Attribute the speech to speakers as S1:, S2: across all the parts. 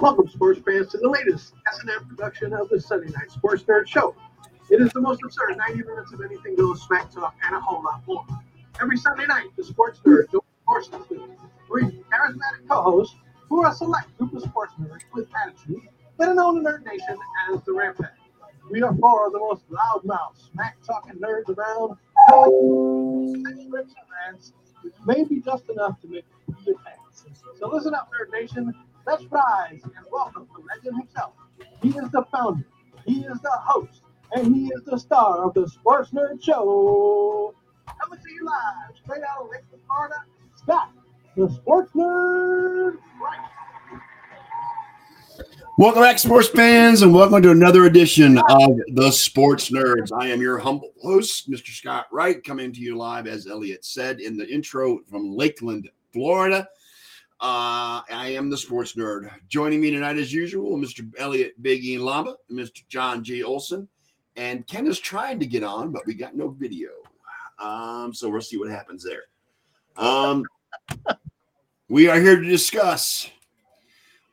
S1: Welcome, sports fans, to the latest SNM production of the Sunday Night Sports Nerd Show. It is the most absurd 90 minutes of anything goes smack talk and a whole lot more. Every Sunday night, the sports nerd joins forces with three charismatic co hosts who are a select group of sports nerds with attitude that are known in Nerd Nation as the Rampant. We are four of the most loudmouth, smack talking nerds around. Rants, which may be just enough to make you your pants. So listen up, Nerd Nation. Let's rise and welcome the legend himself. He is the founder, he is the host, and he is the star of the Sports Nerd Show. Coming to you live, straight out of Lakeland, Florida, Scott, the Sports Nerd. Right.
S2: Welcome back, sports fans, and welcome to another edition of the Sports Nerds. I am your humble host, Mr. Scott Wright, coming to you live, as Elliot said in the intro, from Lakeland, Florida. Uh, I am the Sports Nerd. Joining me tonight, as usual, Mr. Elliot Big Ian Lamba, Mr. John G. Olson, and Ken is trying to get on, but we got no video. Um, so we'll see what happens there. Um, we are here to discuss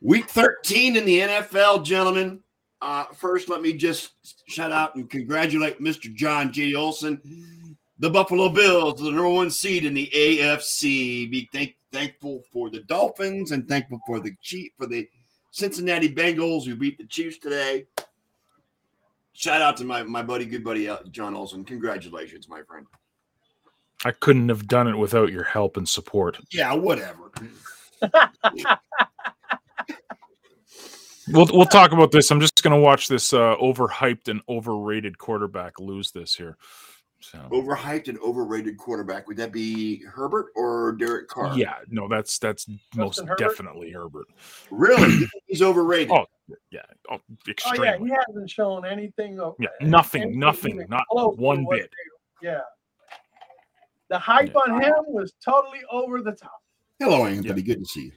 S2: Week 13 in the NFL, gentlemen. Uh, first, let me just shout out and congratulate Mr. John G. Olson, the Buffalo Bills, the number one seed in the AFC. Be thank- thankful for the Dolphins and thankful for the Chief for the Cincinnati Bengals who beat the Chiefs today. Shout out to my, my buddy, good buddy uh, John Olson. Congratulations, my friend.
S3: I couldn't have done it without your help and support.
S2: Yeah, whatever.
S3: We'll we'll talk about this. I'm just going to watch this uh, overhyped and overrated quarterback lose this here. So
S2: Overhyped and overrated quarterback. Would that be Herbert or Derek Carr?
S3: yeah, no, that's that's most
S1: Herbert?
S3: definitely Herbert.
S2: Really? You think He's overrated.
S3: Oh, Yeah, oh,
S1: Oh, yeah,
S3: extremely.
S1: he hasn't shown anything of
S3: yeah, nothing,
S1: anything
S3: nothing,
S1: even
S3: not
S1: close to
S3: one
S1: what
S3: bit.
S1: they- yeah. The hype
S3: Yeah.
S1: on him was totally over the top.
S2: Hello, Anthony. Good to see you.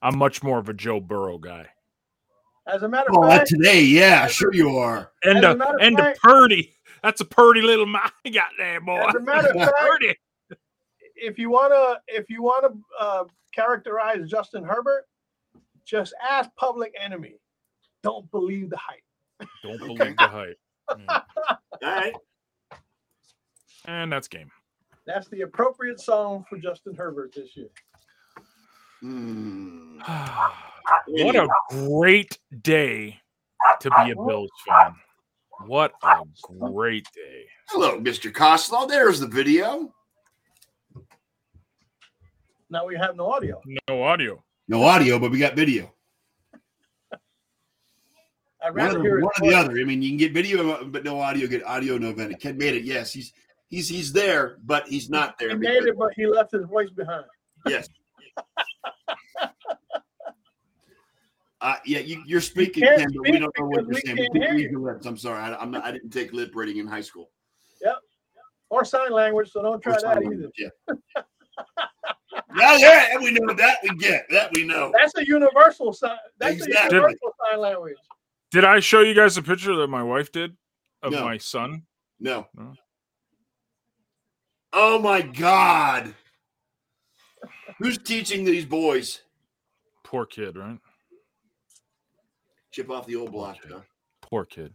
S3: I'm much more of a Joe Burrow guy.
S1: As a matter of
S2: Oh, that
S1: fact,
S2: today, yeah, sure you are.
S3: And
S1: As a
S3: a,
S1: matter of
S3: and a
S1: fact-
S3: Purdy. That's a Purdy little man. Goddamn boy.
S1: as a matter of fact,
S3: Purdy.
S1: if you wanna if you wanna uh, characterize Justin Herbert, just ask Public Enemy. Don't believe the hype.
S3: Don't
S2: Okay.
S3: believe the hype. Yeah.
S2: All right.
S3: And that's game.
S1: That's the appropriate song for Justin Herbert this year. Hmm.
S3: What a great day to be a Bills fan. What a great day.
S2: hello, Mr. Costello. There's the video.
S1: Now we have no audio.
S3: No audio.
S2: No audio, but we got video.
S1: I'd
S2: One,
S1: rather
S2: of the,
S1: hear it.
S2: one or the other. I mean, you can get video, but no audio. Get audio, no video. Ken made it. Yes, he's he's he's there, but he's not there.
S1: He made it, but he left his voice behind.
S2: Yes. Uh, yeah, you, you're speaking,
S1: can't
S2: Ken, but we
S1: speak
S2: don't know
S1: because
S2: what
S1: we
S2: you're saying.
S1: can't
S2: We
S1: hear
S2: can't read
S1: you.
S2: your lips. I'm sorry. I, I'm not, I didn't take lip reading in high school.
S1: Or sign language, so don't try
S2: Or
S1: that
S2: something.
S1: either.
S2: Yeah. Now that we know that we get that we know.
S1: That's a universal sign. That's a
S2: Exactly.
S1: universal sign language.
S3: Did I show you guys a picture that my wife did of
S2: No.
S3: my son?
S2: No.
S3: No.
S2: Oh my God. Who's teaching these boys?
S3: Poor kid, right?
S2: Chip off the old block. Huh?
S3: Poor kid.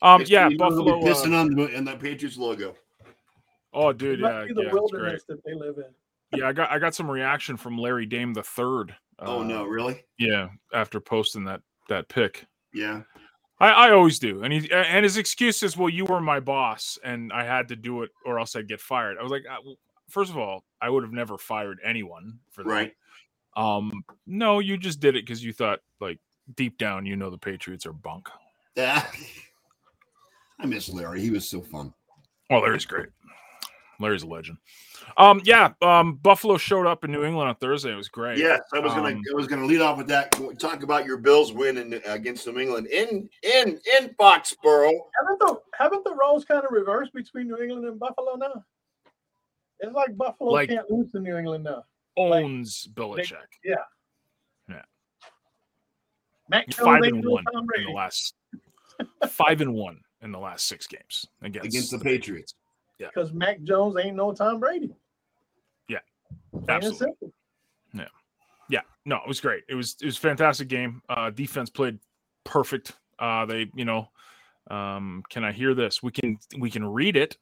S3: Um,
S2: Next
S3: yeah,
S2: thing you know, they'll be
S3: Buffalo.
S2: pissing
S3: Uh,
S2: on the, on the Patriots logo.
S3: oh,
S1: It
S3: dude, yeah,
S1: must be the
S3: yeah, it's great.
S1: wilderness that they live in.
S3: yeah. I got I got some reaction from Larry Dame the third. uh,
S2: oh no, really?
S3: Yeah, after posting that that pic.
S2: Yeah.
S3: I, I always do, and he and his excuse is, "Well, you were my boss, and I had to do it, or else I'd get fired." I was like, I, well, first of all, I would have never fired anyone for that.
S2: Right.
S3: Um, no, you just did it because you thought, like, deep down, you know, the Patriots are bunk.
S2: Ah. I miss Larry. He was so fun.
S3: Well, Oh, Larry's great. Larry's a legend. Um, yeah. Um, Buffalo showed up in New England on Thursday. It was great.
S2: Yes, I was gonna.
S3: Um,
S2: I was gonna lead off with that. Talk about your Bills win in, against New England in in in Foxborough.
S1: Haven't the haven't the roles kind of reversed between New England and Buffalo now? It's like Buffalo
S3: Like-
S1: can't lose to New England now.
S3: owns Belichick.
S1: Matt Jones
S3: five
S1: ain't
S3: and
S1: no
S3: one
S1: Tom
S3: in the
S1: Brady.
S3: last five and one in the last six games against
S2: Against the Patriots.
S1: because Mac Jones ain't no Tom Brady.
S3: Absolutely. Yeah. Yeah. No, it was great. It was it was a fantastic game. Uh defense played perfect. Uh they, you know, um can I hear this? We can we can read it.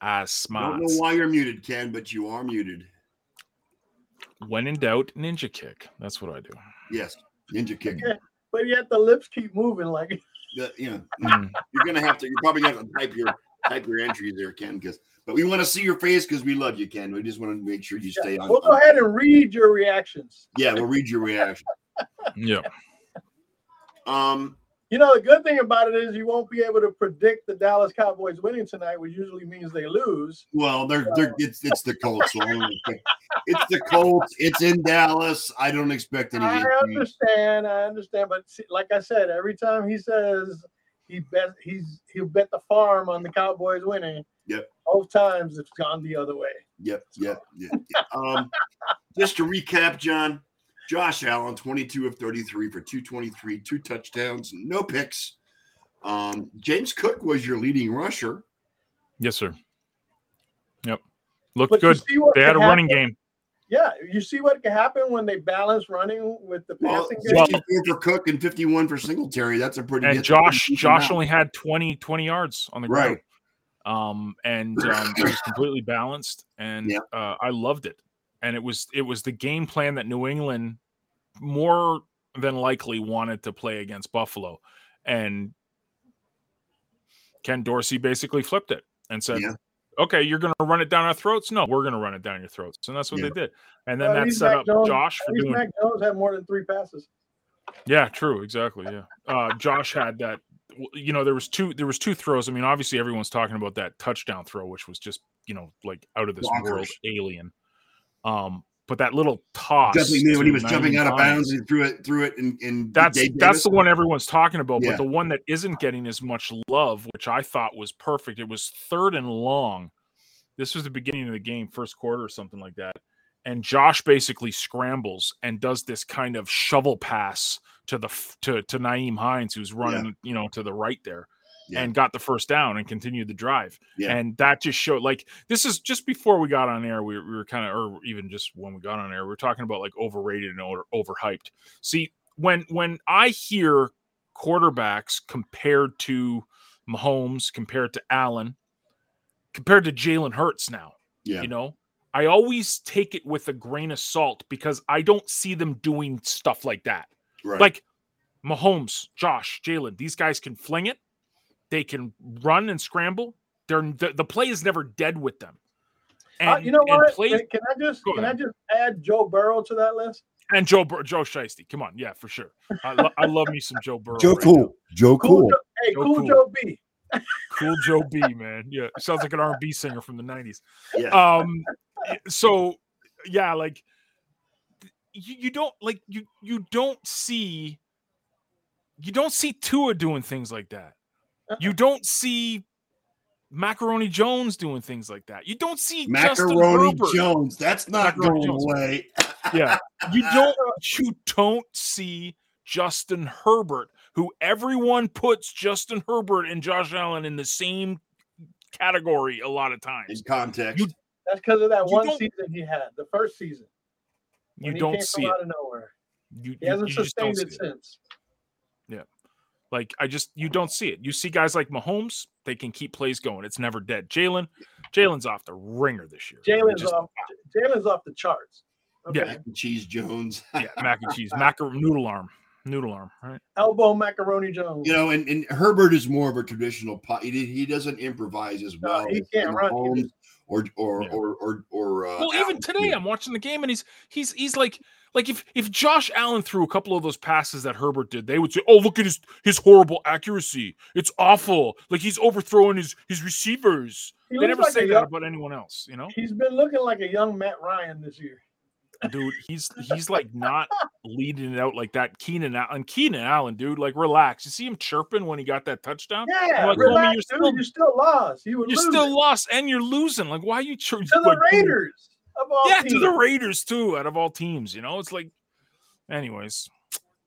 S3: As
S2: I
S3: smart.
S2: don't know why you're muted, Ken, but you are muted.
S3: When in doubt, ninja kick. That's what I do.
S2: Yes, ninja kick.
S1: But yet the lips keep moving like
S2: The- you know,
S3: Mm.
S2: you're gonna have to. You're probably gonna have to type your type your entries there, Ken. Because but we want to see your face because we love you, Ken. We just want to make sure you stay on.
S1: we'll go ahead and read your reactions.
S2: Yeah, we'll read your reaction.
S3: yeah.
S2: Um,
S1: You know, the good thing about it is you won't be able to predict the Dallas Cowboys winning tonight, which usually means they lose.
S2: well, they're they're it's it's the Colts. So I don't expect, it's the Colts. It's in Dallas. I don't expect any.
S1: I
S2: issues.
S1: understand, I understand, but see, like I said, every time he says he bet he's he'll bet the farm on the Cowboys winning.
S2: Yep.
S1: Both times it's gone the other way.
S2: Yep, yep, yep. yep. Um, just to recap, John, Josh Allen, 22 of 33 for 223, two touchdowns, no picks. Um, James Cook was your leading rusher.
S3: Yes, sir. Yep. Looked
S1: But you
S3: good.
S1: see what
S3: They
S1: could
S3: had a
S1: happen-
S3: running game.
S1: Yeah, you see what can happen when they balance running with the
S2: Well,
S1: passing game.
S2: 54 for Cook and 51 for Singletary. That's a pretty
S3: and
S2: that's a
S3: Josh
S2: pretty decent
S3: Josh
S2: amount.
S3: only had 20 20 yards on the ground.
S2: Right.
S3: Um and um, it was completely balanced and
S2: Yeah.
S3: uh, I loved it. And it was it was the game plan that New England more than likely wanted to play against Buffalo and Ken Dorsey basically flipped it and said
S2: Yeah.
S3: Okay, you're going to run it down our throats? No, we're going to run it down your throats. And that's what
S2: Yeah.
S3: they did. And then
S1: Well, at
S3: that
S1: least
S3: set
S1: Mac
S3: up
S1: Jones-
S3: Josh for
S1: At least
S3: doing
S1: Mac Jones had more than three passes.
S3: yeah, true, exactly. Yeah, uh, Josh had that. w- You know, there was two. There was two throws. I mean, obviously, everyone's talking about that touchdown throw, which was just you know like out of this world,
S2: Bonkers.
S3: alien. Um, but that little toss,
S2: Definitely knew when he
S3: to
S2: was jumping out of
S3: 99,
S2: bounds and he threw it threw it and, and
S3: That's
S2: Gabe
S3: that's
S2: Davis.
S3: the one everyone's talking about,
S2: Yeah.
S3: but the one that isn't getting as much love, which I thought was perfect. It was third and long. This was the beginning of the game, first quarter or something like that. And Josh basically scrambles and does this kind of shovel pass to the f- to to Naeem Hines, who's running, you know, to the right there,
S2: Yeah.
S3: and got the first down and continued the drive.
S2: Yeah.
S3: And that just showed like this is just before we got on air, we, were- we were kind of, or even just when we got on air, we were talking about like overrated and over, overhyped. See, when when I hear quarterbacks compared to Mahomes, compared to Allen, compared to Jalen Hurts now,
S2: yeah.
S3: you know, I always take it with a grain of salt because I don't see them doing stuff like that.
S2: right.
S3: Like Mahomes, Josh, Jalen, these guys can fling it. They can run and scramble. They're the, the play is never dead with them. And
S1: Uh, you know
S3: and
S1: what?
S3: plays-
S1: Can- can I just
S3: Go
S1: can I just add Joe Burrow to that list?
S3: and Joe Bur- Joe Shiesty. Come on, yeah, for sure. I, lo- I love me some Joe Burrow.
S4: Joe
S3: right now.
S4: Cool. Joe Cool.
S1: Joe, hey,
S3: Joe
S1: cool,
S3: Cool.
S1: Joe B.
S3: cool Joe B, man. Yeah, sounds like an R&B singer from the '90s.
S2: Yeah.
S3: Um, so yeah, like th- you, you don't like you you don't see you don't see Tua doing things like that.
S2: Uh-uh.
S3: You don't see Macaroni Jones doing things like that. You don't see
S2: Macaroni
S3: Justin Herbert.
S2: Jones. That's not going
S3: Macaroni Jones.
S2: away.
S3: Yeah. You don't you don't see Justin Herbert, who everyone puts Justin Herbert and Josh Allen in the same category a lot of times.
S2: In context.
S3: You-
S1: That's because of that
S3: You
S1: one
S3: don't-
S1: season he had, the first season.
S3: You
S1: when he
S3: don't
S1: came
S3: see
S1: from
S3: it.
S1: out of nowhere.
S3: You,
S1: He
S3: you-
S1: hasn't
S3: you just don't
S1: sustained
S3: see
S1: it
S3: it.
S1: since.
S3: Like I just you don't see it. You see guys like Mahomes, they can keep plays going. It's never dead. Jalen, Jalen's off the ringer this year. I mean,
S1: Jalen's
S3: just-
S1: off. Jalen's off the charts. Okay.
S3: Yeah.
S2: Mac and cheese Jones.
S3: Yeah, mac and cheese, macaroni noodle arm, noodle arm, right?
S1: Elbow macaroni Jones.
S2: You know, and, and Herbert is more of a traditional pot. He, he doesn't improvise as
S1: No,
S2: well.
S1: he
S2: as
S1: can't run
S2: Mahomes
S1: either.
S2: Or or,
S3: Yeah.
S2: or or or uh,
S3: well, even
S2: Allen
S3: today
S2: did.
S3: I'm watching the game and he's he's he's like like if if Josh Allen threw a couple of those passes that Herbert did, they would say, "Oh, look at his his horrible accuracy. It's awful. Like he's overthrowing his his receivers."
S1: He
S3: They
S1: looks
S3: never
S1: like
S3: say
S1: a
S3: that
S1: young-
S3: about anyone else, you know?
S1: He's been looking like a young Matt Ryan this year.
S3: Dude, he's he's like not leading it out like that. Keenan Allen, Keenan Allen, dude, like relax. You see him chirping when he got that touchdown?
S1: Yeah,
S3: Like, homie,
S1: relax,
S3: you're
S1: dude,
S3: still-
S1: you're still lost. You were
S3: You're
S1: losing.
S3: still lost and you're losing. Like, why are you chirping
S1: to the Raiders of all
S3: yeah,
S1: teams.
S3: to the Raiders too. Out of all teams, you know, it's like, anyways,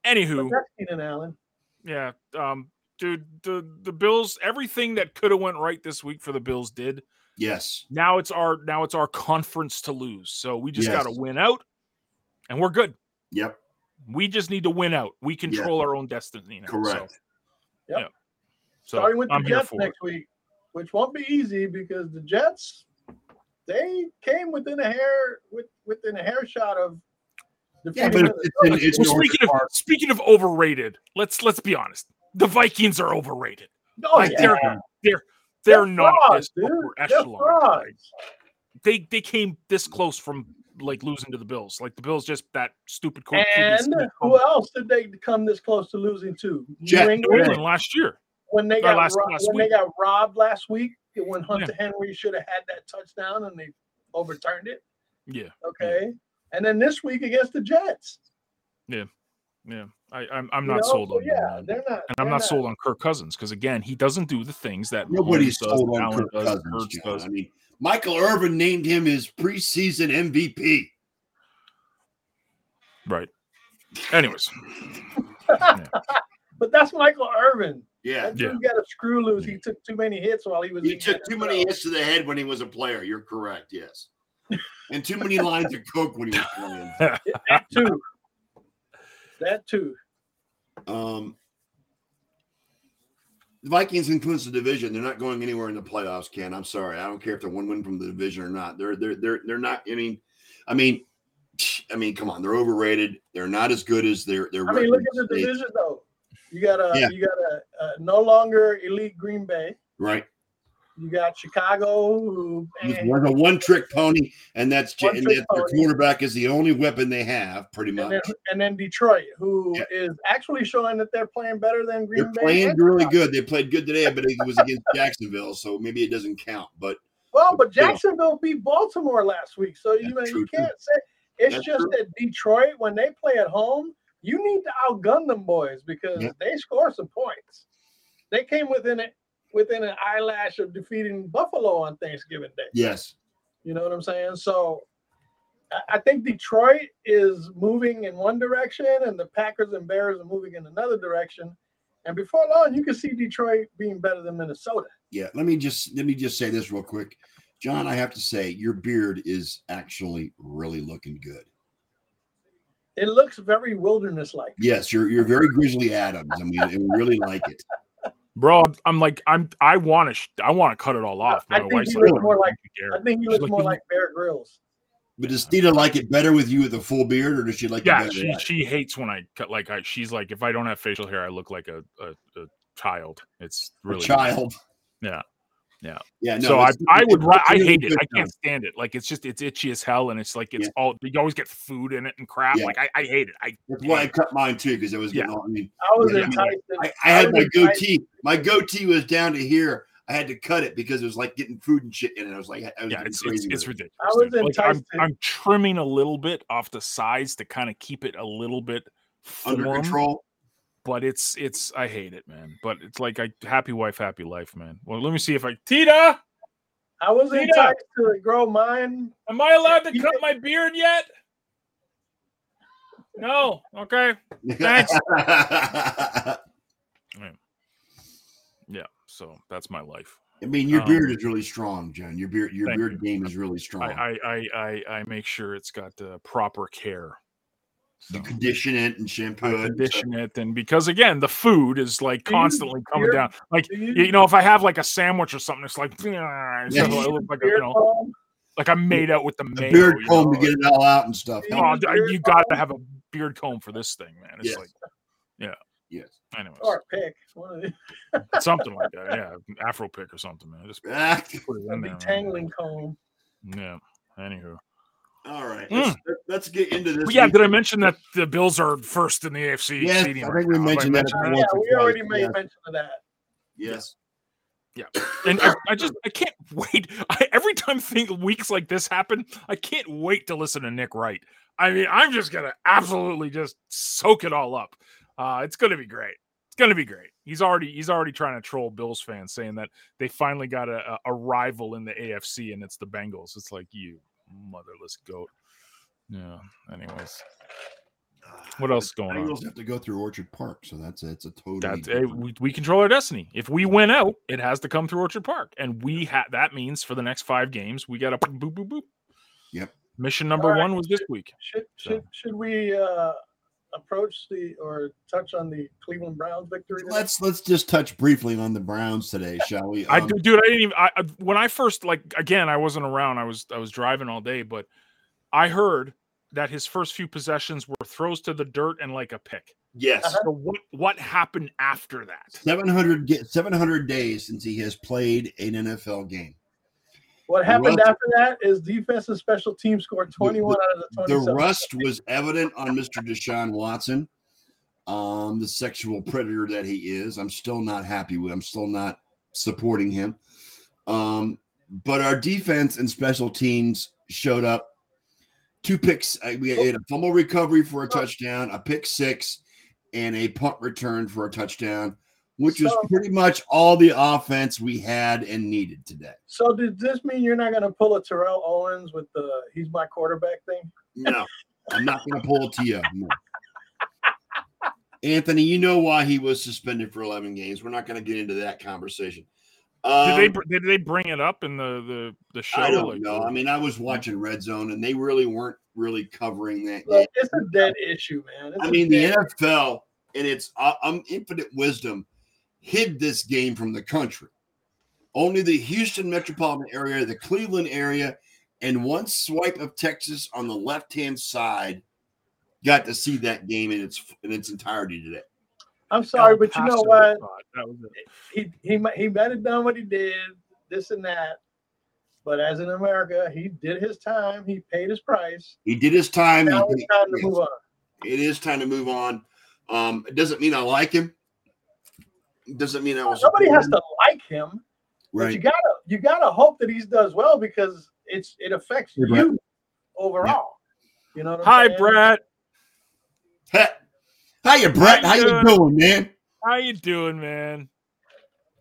S3: anywho,
S1: But that's Keenan Allen.
S3: yeah. Um, dude, the the Bills, everything that could have went right this week for the Bills did.
S2: Yes.
S3: Now it's our now it's our conference to lose. So we just
S2: Yes.
S3: got to win out, and we're good.
S2: Yep.
S3: We just need to win out. We control our own destiny. Now,
S2: Correct.
S3: So,
S1: Yep.
S3: Yeah. So
S1: Starting with the
S3: I'm here
S1: Jets
S3: for it.
S1: next week, which won't be easy because the Jets they came within a hair with within a hair shot of
S2: Yeah,
S1: defeating
S2: but it's, in,
S1: Minnesota.
S2: it's in
S3: Well,
S2: Orchard
S3: speaking of
S2: Park.
S3: speaking of overrated, let's let's be honest. The Vikings are overrated.
S1: Oh,
S3: like,
S1: yeah.
S3: they're- They're not
S1: frauds,
S3: this upper
S1: dude. They're
S3: echelon.
S1: frauds.
S3: They they came this close from like losing to the Bills. Like the Bills just that stupid court.
S1: And who else did they come this close to losing to? New
S2: Jet-
S3: New
S1: England,
S3: England last year.
S1: when they
S3: or
S1: got
S3: last-
S1: robbed,
S3: last
S1: when they
S3: week.
S1: got robbed last week, when Hunter Henry should have had that touchdown and they overturned it.
S3: Yeah,
S1: Okay, and then this week against the Jets.
S3: yeah. I, I'm I'm
S1: you
S3: not
S1: know?
S3: sold
S1: So,
S3: on
S1: yeah,
S3: that.
S1: they're not.
S3: And I'm not sold on Kirk Cousins because again, he doesn't do the things that Mahomes
S2: Nobody's
S3: does,
S2: sold on
S3: Allen
S2: Kirk
S3: does,
S2: Cousins.
S3: Hurts
S2: John.
S3: does.
S2: I mean, Michael Irvin named him his preseason MVP.
S3: Right. Anyways,
S1: But that's Michael Irvin.
S2: Yeah.
S1: That dude got a screw loose.
S3: Mm.
S1: He took too many hits while he was.
S2: He
S1: in the
S2: took too
S1: NFL.
S2: many hits to the head when he was a player. You're correct. Yes. And too many lines of coke when he was playing.
S1: That too. That too.
S2: Um, the Vikings includes the division. They're not going anywhere in the playoffs. Ken, I'm sorry. I don't care if they're one win from the division or not. They're they're they're they're not. I mean, I mean, I mean, come on. They're overrated. They're not as good as they're. they're
S1: I mean, look at the division though. You got a
S2: Yeah.
S1: you got a, a no longer elite Green Bay.
S2: right?
S1: You got Chicago, who eh,
S2: They're a one trick pony, and that's j- and
S1: One-trick
S2: that their
S1: pony.
S2: quarterback is the only weapon they have, pretty
S1: and
S2: much.
S1: then, and then Detroit, who is
S2: Yeah.
S1: actually showing that they're playing better than Green
S2: They're
S1: Bay.
S2: playing
S1: and
S2: really
S1: Chicago.
S2: good. They played good today, but it was against Jacksonville, so maybe it doesn't count. But
S1: Well, but
S2: Yeah.
S1: Jacksonville beat Baltimore last week, so you
S2: That's
S1: know
S2: true,
S1: you
S2: too.
S1: can't say it's
S2: That's
S1: just
S2: true.
S1: that Detroit when they play at home, you need to outgun them boys because
S2: Yeah.
S1: they score some points. They came within it within an eyelash of defeating Buffalo on Thanksgiving Day.
S2: yes,
S1: You know what I'm saying? So I, I think Detroit is moving in one direction and the Packers and Bears are moving in another direction. And before long, you can see Detroit being better than Minnesota.
S2: yeah. Let me just let me just say this real quick, John. I have to say your beard is actually really looking good.
S1: It looks very wilderness like.
S2: Yes, you're you're very Grizzly Adams. I mean, I really like it.
S3: bro, I'm, I'm like I'm I want to sh- I want to cut it all off.
S1: I
S3: My
S1: think
S3: wife's
S1: he
S3: like,
S1: looks more
S3: "I don't
S1: like-
S3: think you care."
S1: I think he
S3: She's
S1: looks
S3: like,
S1: more
S3: "You-
S1: like Bear Grylls.
S2: But does Theta like it better with you with a full beard, or does she like
S3: yeah,
S2: it better?
S3: she she hates when I cut like I she's like if I don't have facial hair, I look like a a, a child. It's
S2: with
S3: really
S2: a child?
S3: Yeah. Yeah.
S2: yeah.
S3: so I,
S2: it's-
S3: I would
S2: it's
S3: ra- I
S2: really
S3: hate it.
S2: good,
S3: I
S2: John.
S3: can't stand it. Like it's just it's itchy as hell, and it's like it's
S2: Yeah.
S3: all you always get food in it and crap.
S2: Yeah.
S3: Like I, I hate it. I
S2: That's why I cut mine too because it was
S3: Yeah.
S2: getting all. I mean,
S1: I was
S2: Yeah.
S1: enticed. in-
S2: I, I had my
S1: was enticed-
S2: goatee. My goatee was down to here. I had to cut it because it was like getting food and shit in it. I was like, I was
S3: yeah,
S2: getting
S3: it's it's,
S2: crazy
S3: it's
S2: with it.
S3: ridiculous.
S1: was
S3: dude. Like, I'm,
S1: enticed to-
S3: I'm trimming a little bit off the sides to kind of keep it a little bit
S2: under
S3: form,
S2: control.
S3: But it's it's I hate it, man. But it's like I happy wife, happy life, man. Well, let me see if I Tita,
S1: I was
S3: Tita!
S1: enticed to grow mine.
S3: am I allowed to
S1: You
S3: cut my beard yet? No. Okay. Thanks.
S2: I
S3: Yeah. So that's my life.
S2: mean, your
S3: Um,
S2: beard is really strong, John. Your beard, your
S3: thank
S2: beard
S3: you.
S2: game is really strong.
S3: I, I, I, I, I make sure it's got the proper care. So
S2: you condition it and shampoo
S3: I
S2: it.
S3: condition it, and because again, the food is like
S1: Do you-
S3: constantly coming
S1: you're-
S3: down. Like
S1: Do
S3: you
S1: you
S3: know, if I have like a sandwich or something, it's like, it's
S2: Yeah.
S3: like, I look like a- you
S1: beard
S3: know,
S1: balm?
S3: like I'm made out with the
S2: The
S3: mayo.
S2: beard
S3: you
S2: comb
S3: know,
S2: to get it all out and stuff.
S3: like, oh,
S1: use
S3: d-
S1: beard
S3: you got to
S1: balm?
S3: have a beard comb for this thing, man. It's
S2: Yes.
S3: like,
S2: Yes.
S3: anyways,
S1: or pick one of the
S3: something like that. Yeah, Afro pick or something, man. Just
S2: Ah,
S3: put it
S1: a
S3: in
S1: big
S3: there.
S1: tangling comb.
S3: man. Yeah. Anywho,
S2: all right.
S3: Mm.
S2: Let's, let's get into this.
S3: but yeah,
S2: week.
S3: did I mention that the Bills are first in the AFC?
S2: Yes,
S3: seeding
S2: I
S3: right
S2: think we
S3: now? Have I
S2: mentioned that
S3: mentioned
S1: Yeah,
S2: once or
S1: we
S2: twice,
S1: already made
S2: yeah.
S1: mention of that.
S2: Yes.
S3: And I, I just I can't wait. I, every time think weeks like this happen, I can't wait to listen to Nick Wright. I mean, I'm just gonna absolutely just soak it all up. Uh, it's gonna be great. It's gonna be great. He's already he's already trying to troll Bills fans, saying that they finally got a, a a rival in the AFC and it's the Bengals. It's like you motherless goat. Yeah. Anyways, What else is going on?
S2: Ah, Bengals have to go through Orchard Park, so that's it's a totally.
S3: That's hey,
S2: different-
S3: we, we control our destiny. If we win out, it has to come through Orchard Park, and we ha- that means for the next five games, we got to boop boop boop.
S2: Yep.
S3: Mission number
S1: All right.
S3: one was this week.
S1: Should
S3: So-
S1: should should we uh, approach the or touch on the Cleveland Browns victory? today?
S2: let's let's just touch briefly on the Browns today, shall we?
S3: I
S2: Um,
S3: do, dude. I didn't even. I, I when I first like again, I wasn't around. I was I was driving all day, but I heard that his first few possessions were throws to the dirt and like a pick.
S2: Yes,
S3: So what what happened after that?
S2: 700 get 700 days since he has played an NFL game.
S1: What happened
S2: Russ-
S1: after that is defense and special teams scored 21 out of the
S2: The
S1: 27.
S2: rust was evident on Mr. Deshaun Watson, um, the sexual predator that he is. I'm still not happy with. I'm still not supporting him. Um, but our defense and special teams showed up. Two picks. uh, We had a fumble recovery for a touchdown, a pick six, and a punt return for a touchdown, which was
S1: So-
S2: pretty much all the offense we had and needed today.
S1: So did this mean you're not going to pull a Terrell Owens with the he's my quarterback thing?
S2: No, I'm not going to pull it to you. No. Anthony, you know why he was suspended for 11 games. We're not going to get into that conversation.
S3: Did
S2: Um,
S3: they br- did they bring it up in the the the show?
S2: I don't
S3: Like,
S2: know. I mean, I was watching Red Zone, and they really weren't really covering that. game.
S1: Look, it's a dead issue, man. It's
S2: I
S1: a
S2: mean, the
S1: dead-
S2: NFL, in its uh, um, infinite wisdom, hid this game from the country. Only the Houston metropolitan area, the Cleveland area, and one swipe of Texas on the left-hand side got to see that game in its in its entirety today.
S1: I'm sorry,
S3: El
S1: but you know
S3: Paso
S1: what?
S3: thought that was it.
S1: He he might he might have done what he did, this and that. But as in America, he did his time. He paid his price.
S2: He did his time. He
S1: Now
S2: did-
S1: it's time to
S2: yes.
S1: move on.
S2: it is time to move on. Um, it doesn't mean I like him. It doesn't mean I was
S1: Somebody has to like him. But you
S2: right.
S1: gotta you gotta hope that he does well because it's it affects
S2: You're
S1: you overall. You know. What I'm
S3: Hi,
S1: saying?
S3: Brett.
S2: How you, Brett? How you doing, man?
S3: How you doing, man?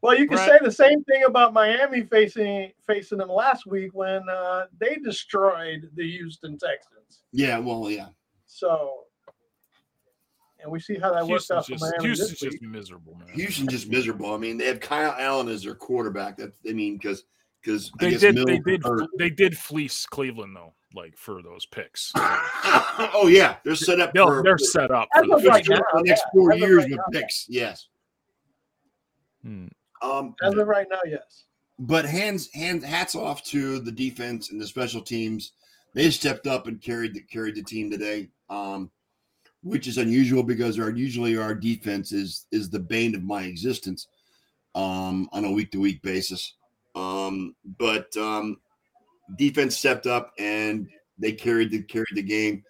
S1: Well, you can
S3: Brett.
S1: say the same thing about Miami facing facing them last week when uh, they destroyed the Houston Texans.
S2: Yeah, well, yeah.
S1: So, and we see how that works out
S3: Houston's
S1: for
S3: just,
S1: Miami
S3: Houston's
S1: this week.
S3: just miserable, man.
S2: Houston just miserable. I mean, they have Kyle Allen as their quarterback. That's I mean, because because
S3: they did they did they did fleece Cleveland though, like for those picks.
S2: oh yeah, they're set up.
S3: They'll,
S2: for,
S3: they're
S2: for-
S3: set up.
S1: As
S3: for
S1: of
S3: the
S1: right
S2: for
S3: future.
S1: now,
S2: the next
S1: yeah,
S2: four
S1: as of
S2: years
S1: right
S2: with
S1: now.
S2: picks. Yes.
S3: Hmm.
S2: Um,
S1: As of right now, yes.
S2: but hands hand hats off to the defense and the special teams. They stepped up and carried the carried the team today, um, which is unusual because our usually our defense is is the bane of my existence um, on a week to week basis. Um, but um, defense stepped up and they carried the carried the game.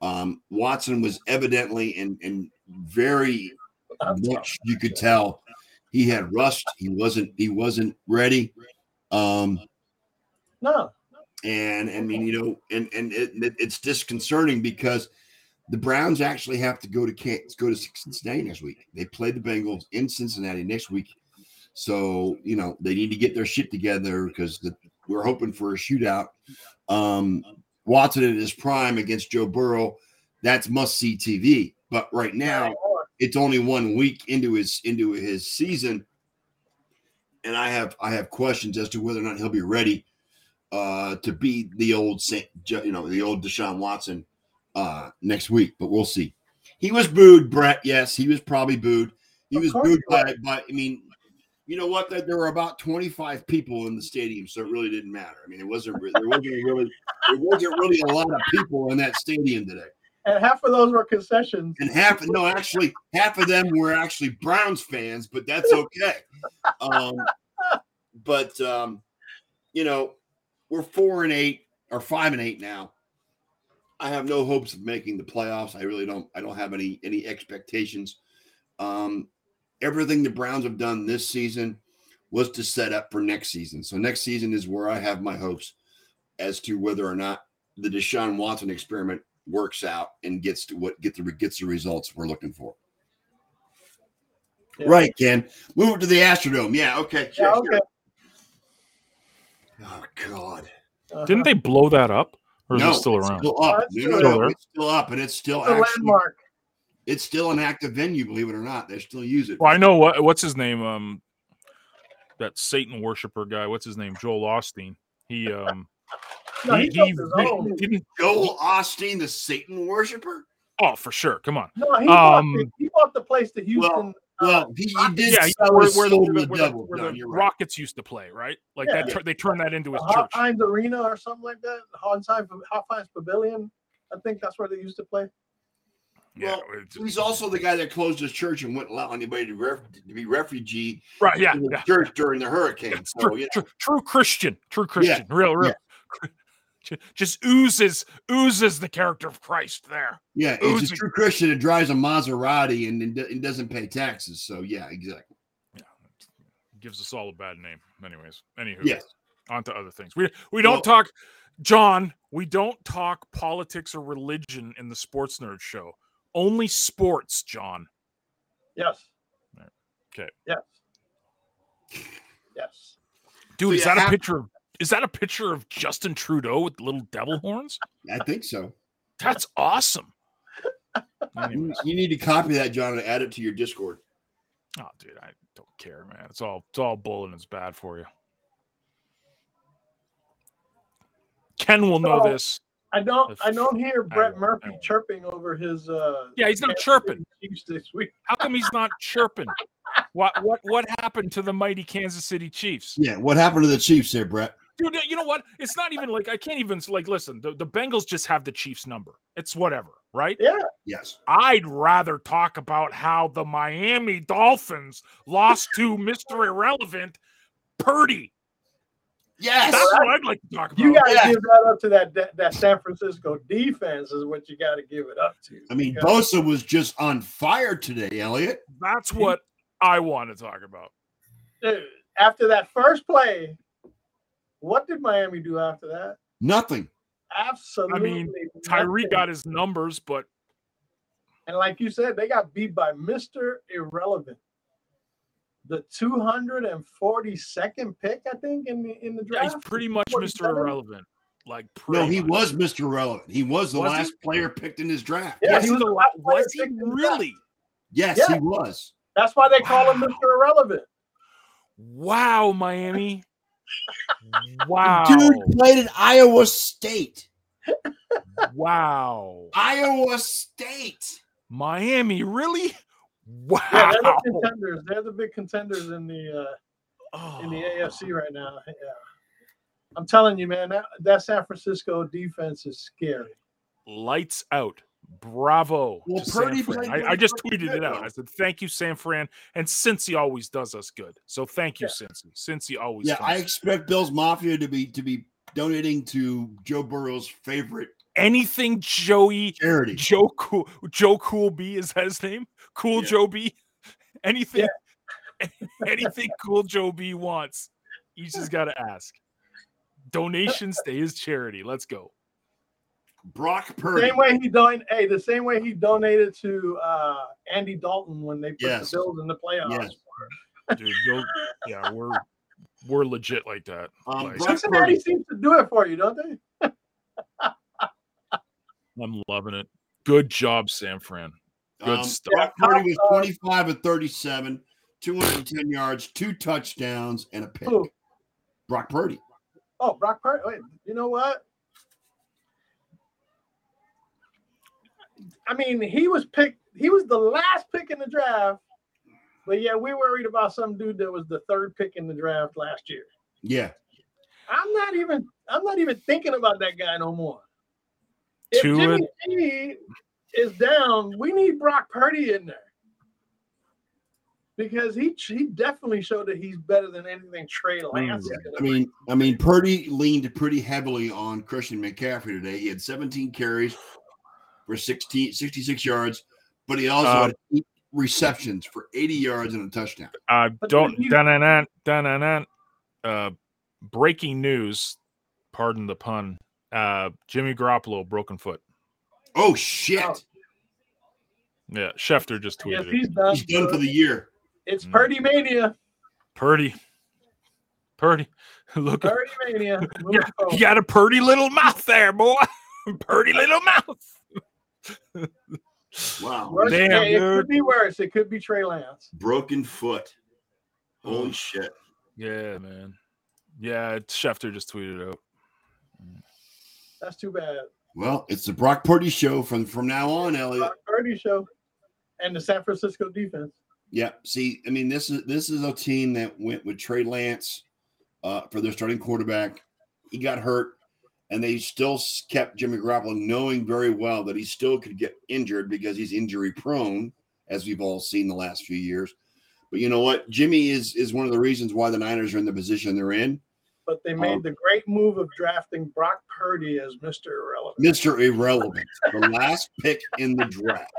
S2: Um, Watson was evidently and and very
S1: I'm sorry.
S2: much you could tell he had rust. He wasn't he wasn't ready. Um,
S1: No,
S2: and I mean, you know, and and it, it- it's disconcerting because the Browns actually have to go to Can- go to Cincinnati next week. They play the Bengals in Cincinnati next week, so you know they need to get their shit together because the, we're hoping for a shootout. Um, Watson at his prime against Joe Burrow, that's must see TV. But right
S1: not
S2: now,
S1: anymore.
S2: it's only one week into his into his season, and I have I have questions as to whether or not he'll be ready uh, to be the old Saint, you know the old Deshaun Watson uh, next week. But we'll see. He was booed, Brett. Yes, he was probably booed. He
S1: Of
S2: was
S1: course
S2: booed
S1: he was.
S2: by, by I mean, you know what? There, there were about twenty five people in the stadium, so it really didn't matter. I mean, it wasn't re- there wasn't really there wasn't really a lot of people in that stadium today.
S1: and half of those were concessions.
S2: And half, no, actually, half of them were actually Browns fans, but that's okay. Um, but um, you know, we're four and eight or five and eight now. I have no hopes of making the playoffs. I really don't. I don't have any any expectations. Um, everything the Browns have done this season was to set up for next season. So next season is where I have my hopes as to whether or not the Deshaun Watson experiment works out and gets to what get the gets the results we're looking for.
S1: Yeah.
S2: Right, Ken. Move it to the Astrodome. Yeah, okay.
S1: Yeah,
S2: sure,
S1: okay.
S2: sure. Oh God.
S1: Uh-huh.
S3: Didn't they blow that up? Or is
S2: no,
S3: it still
S2: it's
S3: around?
S2: Still up.
S1: Oh, it's
S2: No,
S1: still
S2: no,
S3: there.
S2: no, It's still up, and it's still
S1: It's a
S2: actually,
S1: landmark.
S2: it's still an active venue. Believe it or not, they still use it.
S3: Well, I know what what's his name. Um, that Satan worshiper guy. What's his name? Joel Austin. He um
S1: No,
S3: he,
S1: he,
S3: he
S1: built his own.
S3: didn't.
S2: Joel Austin, the Satan worshiper.
S3: Oh, for sure. Come on.
S1: No, he, bought the,
S3: Um,
S1: he bought the place to Houston.
S2: Well, he, he did
S3: yeah,
S2: sell
S3: where,
S2: his
S3: where the,
S2: soul to
S3: where
S2: the,
S3: the- where the-
S2: devil.
S3: where
S2: no,
S3: the
S2: you're right.
S3: Rockets used to play, right? Like
S1: Yeah. Uh-huh.
S3: that. tur- They turned that into
S1: the
S3: his
S1: Hot
S3: church.
S1: Hines Arena or something like that. the Hot Hines, Hot Hines Pavilion. I think that's where they used to play.
S3: Yeah,
S2: Well,
S3: it's-
S2: He's also the guy that closed his church and wouldn't allow anybody to, ref, to be refugee
S3: right. Yeah,
S2: in the
S3: yeah.
S2: church during the hurricane. So,
S3: True,
S2: yeah,
S3: true, true Christian. True Christian. Real, real. Just oozes oozes the character of Christ there.
S2: yeah,
S3: It
S2: it's
S3: was
S2: a
S3: a-
S2: true Christian that drives a Maserati and, and, do- and doesn't pay taxes. So, yeah, exactly.
S3: gives us all a bad name. Anyways, anywho,
S2: Yes.
S3: on to other things. We we don't
S2: Well-
S3: talk, John. We don't talk politics or religion in the Sports Nerd Show. Only sports, John.
S1: Yes.
S3: Okay.
S1: Yes. Yes.
S3: Dude,
S2: So
S3: is
S2: you
S3: that a
S2: have-
S3: picture? Of, is that a picture of Justin Trudeau with little devil horns?
S2: I think so.
S3: That's awesome.
S2: You,
S3: Anyways,
S2: you need to copy that, John, and add it to your Discord.
S3: oh, dude, I don't care, man. It's all it's all bull and it's bad for you. Ken will know
S1: So-
S3: this.
S1: I don't. I don't hear Brett
S3: I-
S1: Murphy
S3: I-
S1: chirping over his. uh
S3: Yeah, he's not chirping.
S1: Chiefs this week.
S3: How come he's not chirping? What what what happened to the mighty Kansas City Chiefs?
S2: Yeah, what happened to the Chiefs there, Brett?
S3: Dude, you know what? It's not even like I can't even like listen, the, the Bengals just have the Chiefs number. It's whatever, right?
S1: Yeah.
S2: Yes.
S3: I'd rather talk about how the Miami Dolphins lost to Mr. Irrelevant Purdy.
S2: Yes.
S3: That's what I'd like to talk about.
S1: You got to
S2: yeah.
S1: give that up to that, that that San Francisco defense is what you got to give it up to.
S2: I mean,
S1: because-
S2: Bosa was just on fire today, Elliot.
S3: That's what I want to talk about.
S1: Dude, after that first play, what did Miami do after that?
S2: Nothing.
S1: Absolutely.
S3: Tyree
S1: nothing.
S3: got his numbers, but
S1: and like you said, they got beat by Mister Irrelevant, the 242nd pick, I think, in the in the
S3: yeah,
S1: draft.
S3: he's pretty much Mr.
S1: 47?
S3: Irrelevant. Like
S2: No,
S3: pretty
S2: he
S3: much.
S2: was Mr. Relevant. He was the
S3: Was he?
S2: last player picked in his draft.
S1: Yeah,
S2: yes,
S3: Was
S1: he
S3: he,
S1: was
S3: the
S1: the
S3: la-
S1: last player
S3: was he
S1: picked in the draft.
S3: really?
S2: yes, he was.
S1: That's why they call him
S3: Wow.
S1: Mister Irrelevant.
S3: Wow, Miami. wow.
S2: Dude played at Iowa State.
S3: Wow.
S2: Iowa State.
S3: Miami, really? Wow.
S1: Yeah, they're the contenders. They're the big contenders in the uh, in the
S3: Oh.
S1: AFC right now. Yeah. I'm telling you, man, that, that San Francisco defense is scary.
S3: Lights out. Bravo.
S2: Well,
S3: to
S2: Purdy
S3: San Fran.
S2: played
S3: I, I
S2: really
S3: just
S2: fucking
S3: tweeted
S2: good,
S3: it out.
S2: though.
S3: I said, thank you, San Fran. And Cincy always does us good. So thank you, Cincy. Cincy always
S2: Yeah, I
S3: comes.
S2: expect Bill's Mafia to be to be donating to Joe Burrow's favorite
S3: Anything Joey,
S2: charity.
S3: Joe Cool, Joe Cool B, is that his name? Cool
S2: Yeah.
S3: Joe B? Anything, anything Cool Joe B wants, you just got to ask. Donations to his charity. Let's go.
S2: Brock Purdy.
S1: Same way he don- hey, the same way he donated to uh, Andy Dalton when they put
S2: Yes.
S1: the Bills in the playoffs.
S2: Yes.
S3: dude. Go, yeah, we're we're legit like that.
S2: Um,
S3: Like,
S2: Brock
S1: Cincinnati
S2: Purdy.
S1: seems to do it for you, don't they?
S3: I'm loving it. Good job, San Fran. Good
S2: Um,
S3: stuff.
S2: Brock
S1: Yeah,
S2: Purdy was
S1: uh,
S2: 25 and 37, 210 yards, two touchdowns, and a pick.
S1: Who?
S2: Brock Purdy.
S1: Oh, Brock Purdy. Wait, you know what? I mean, he was picked. He was the last pick in the draft, but yeah, we worried about some dude that was the third pick in the draft last year.
S2: Yeah.
S1: I'm not even. I'm not even thinking about that guy no more. If
S3: Tua-
S1: Jimmy G is down, we need Brock Purdy in there because he he definitely showed that he's better than anything Trey Lance. is
S2: I
S1: gonna be.
S2: mean, I mean, Purdy leaned pretty heavily on Christian McCaffrey today. He had 17 carries for 16, 66 yards, but he also
S3: Um,
S2: had eight receptions for 80 yards and a touchdown.
S3: I
S1: But
S3: don't.
S1: you-
S3: Dun-dun-dun, dun-dun-dun. Uh, breaking news. Pardon the pun. Uh, Jimmy Garoppolo broken foot.
S2: Oh shit!
S1: Oh.
S3: Yeah, Schefter just
S1: Yes,
S3: tweeted
S1: he's
S3: it.
S1: done.
S2: He's
S3: Mm.
S2: done for the year.
S1: It's Purdy Mania.
S3: Purdy. Purdy. Look,
S1: Purdy mania. Move
S3: Yeah,
S1: forward.
S3: you got a pretty little mouth there, boy. pretty little mouth.
S2: Wow.
S1: Worst-
S3: Damn,
S1: yeah, it
S3: dude.
S1: could be worse. It could be Trey Lance.
S2: Broken foot. Holy shit.
S3: Yeah, man. Yeah, it's- Schefter just tweeted out.
S1: That's too bad.
S2: Well, it's the Brock Purdy show from from now on, Elliot.
S1: Brock Purdy show, and the San Francisco defense.
S2: Yeah. See, I mean, this is this is a team that went with Trey Lance uh, for their starting quarterback. He got hurt, and they still s- kept Jimmy Garoppolo, knowing very well that he still could get injured because he's injury prone, as we've all seen the last few years. But you know what? Jimmy is is one of the reasons why the Niners are in the position they're in.
S1: But they made
S3: Oh.
S2: Um,
S1: the great move of drafting Brock Purdy as Mr. Irrelevant.
S2: Mr. Irrelevant, the last pick in the draft.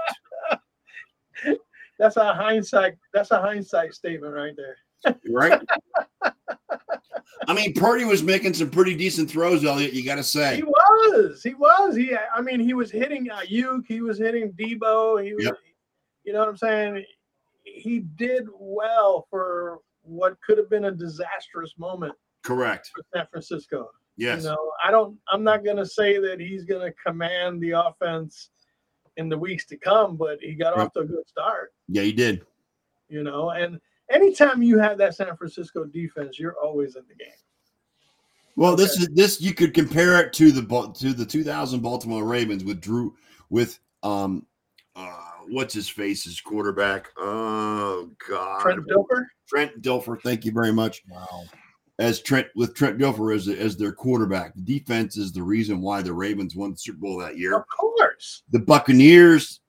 S1: That's a hindsight. That's a hindsight statement right there.
S2: right? I mean, Purdy was making some pretty decent throws, Elliot. You got to say,
S1: He was. He was. He. I mean, he was hitting Ayuk. He was hitting Debo. He was.
S2: Yep.
S1: You know what I'm saying? He did well for what could have been a disastrous moment
S2: correct?
S1: for San Francisco.
S2: Yes,
S1: You know, I don't. I'm not gonna say that he's gonna command the offense in the weeks to come, but he got off to a good start.
S2: yeah, he did.
S1: You know, and anytime you have that San Francisco defense, you're always in the game.
S2: Well, this is this. You could compare it to the Bal- to the 2000 Baltimore Ravens with Drew with um, uh, what's his face, his quarterback. Oh God,
S1: Trent Dilfer.
S2: Trent Dilfer. Thank you very much.
S3: Wow.
S2: As Trent with Trent Dilfer as as their quarterback, the defense is the reason why the Ravens won the Super Bowl that year.
S1: Of course.
S2: the Buccaneers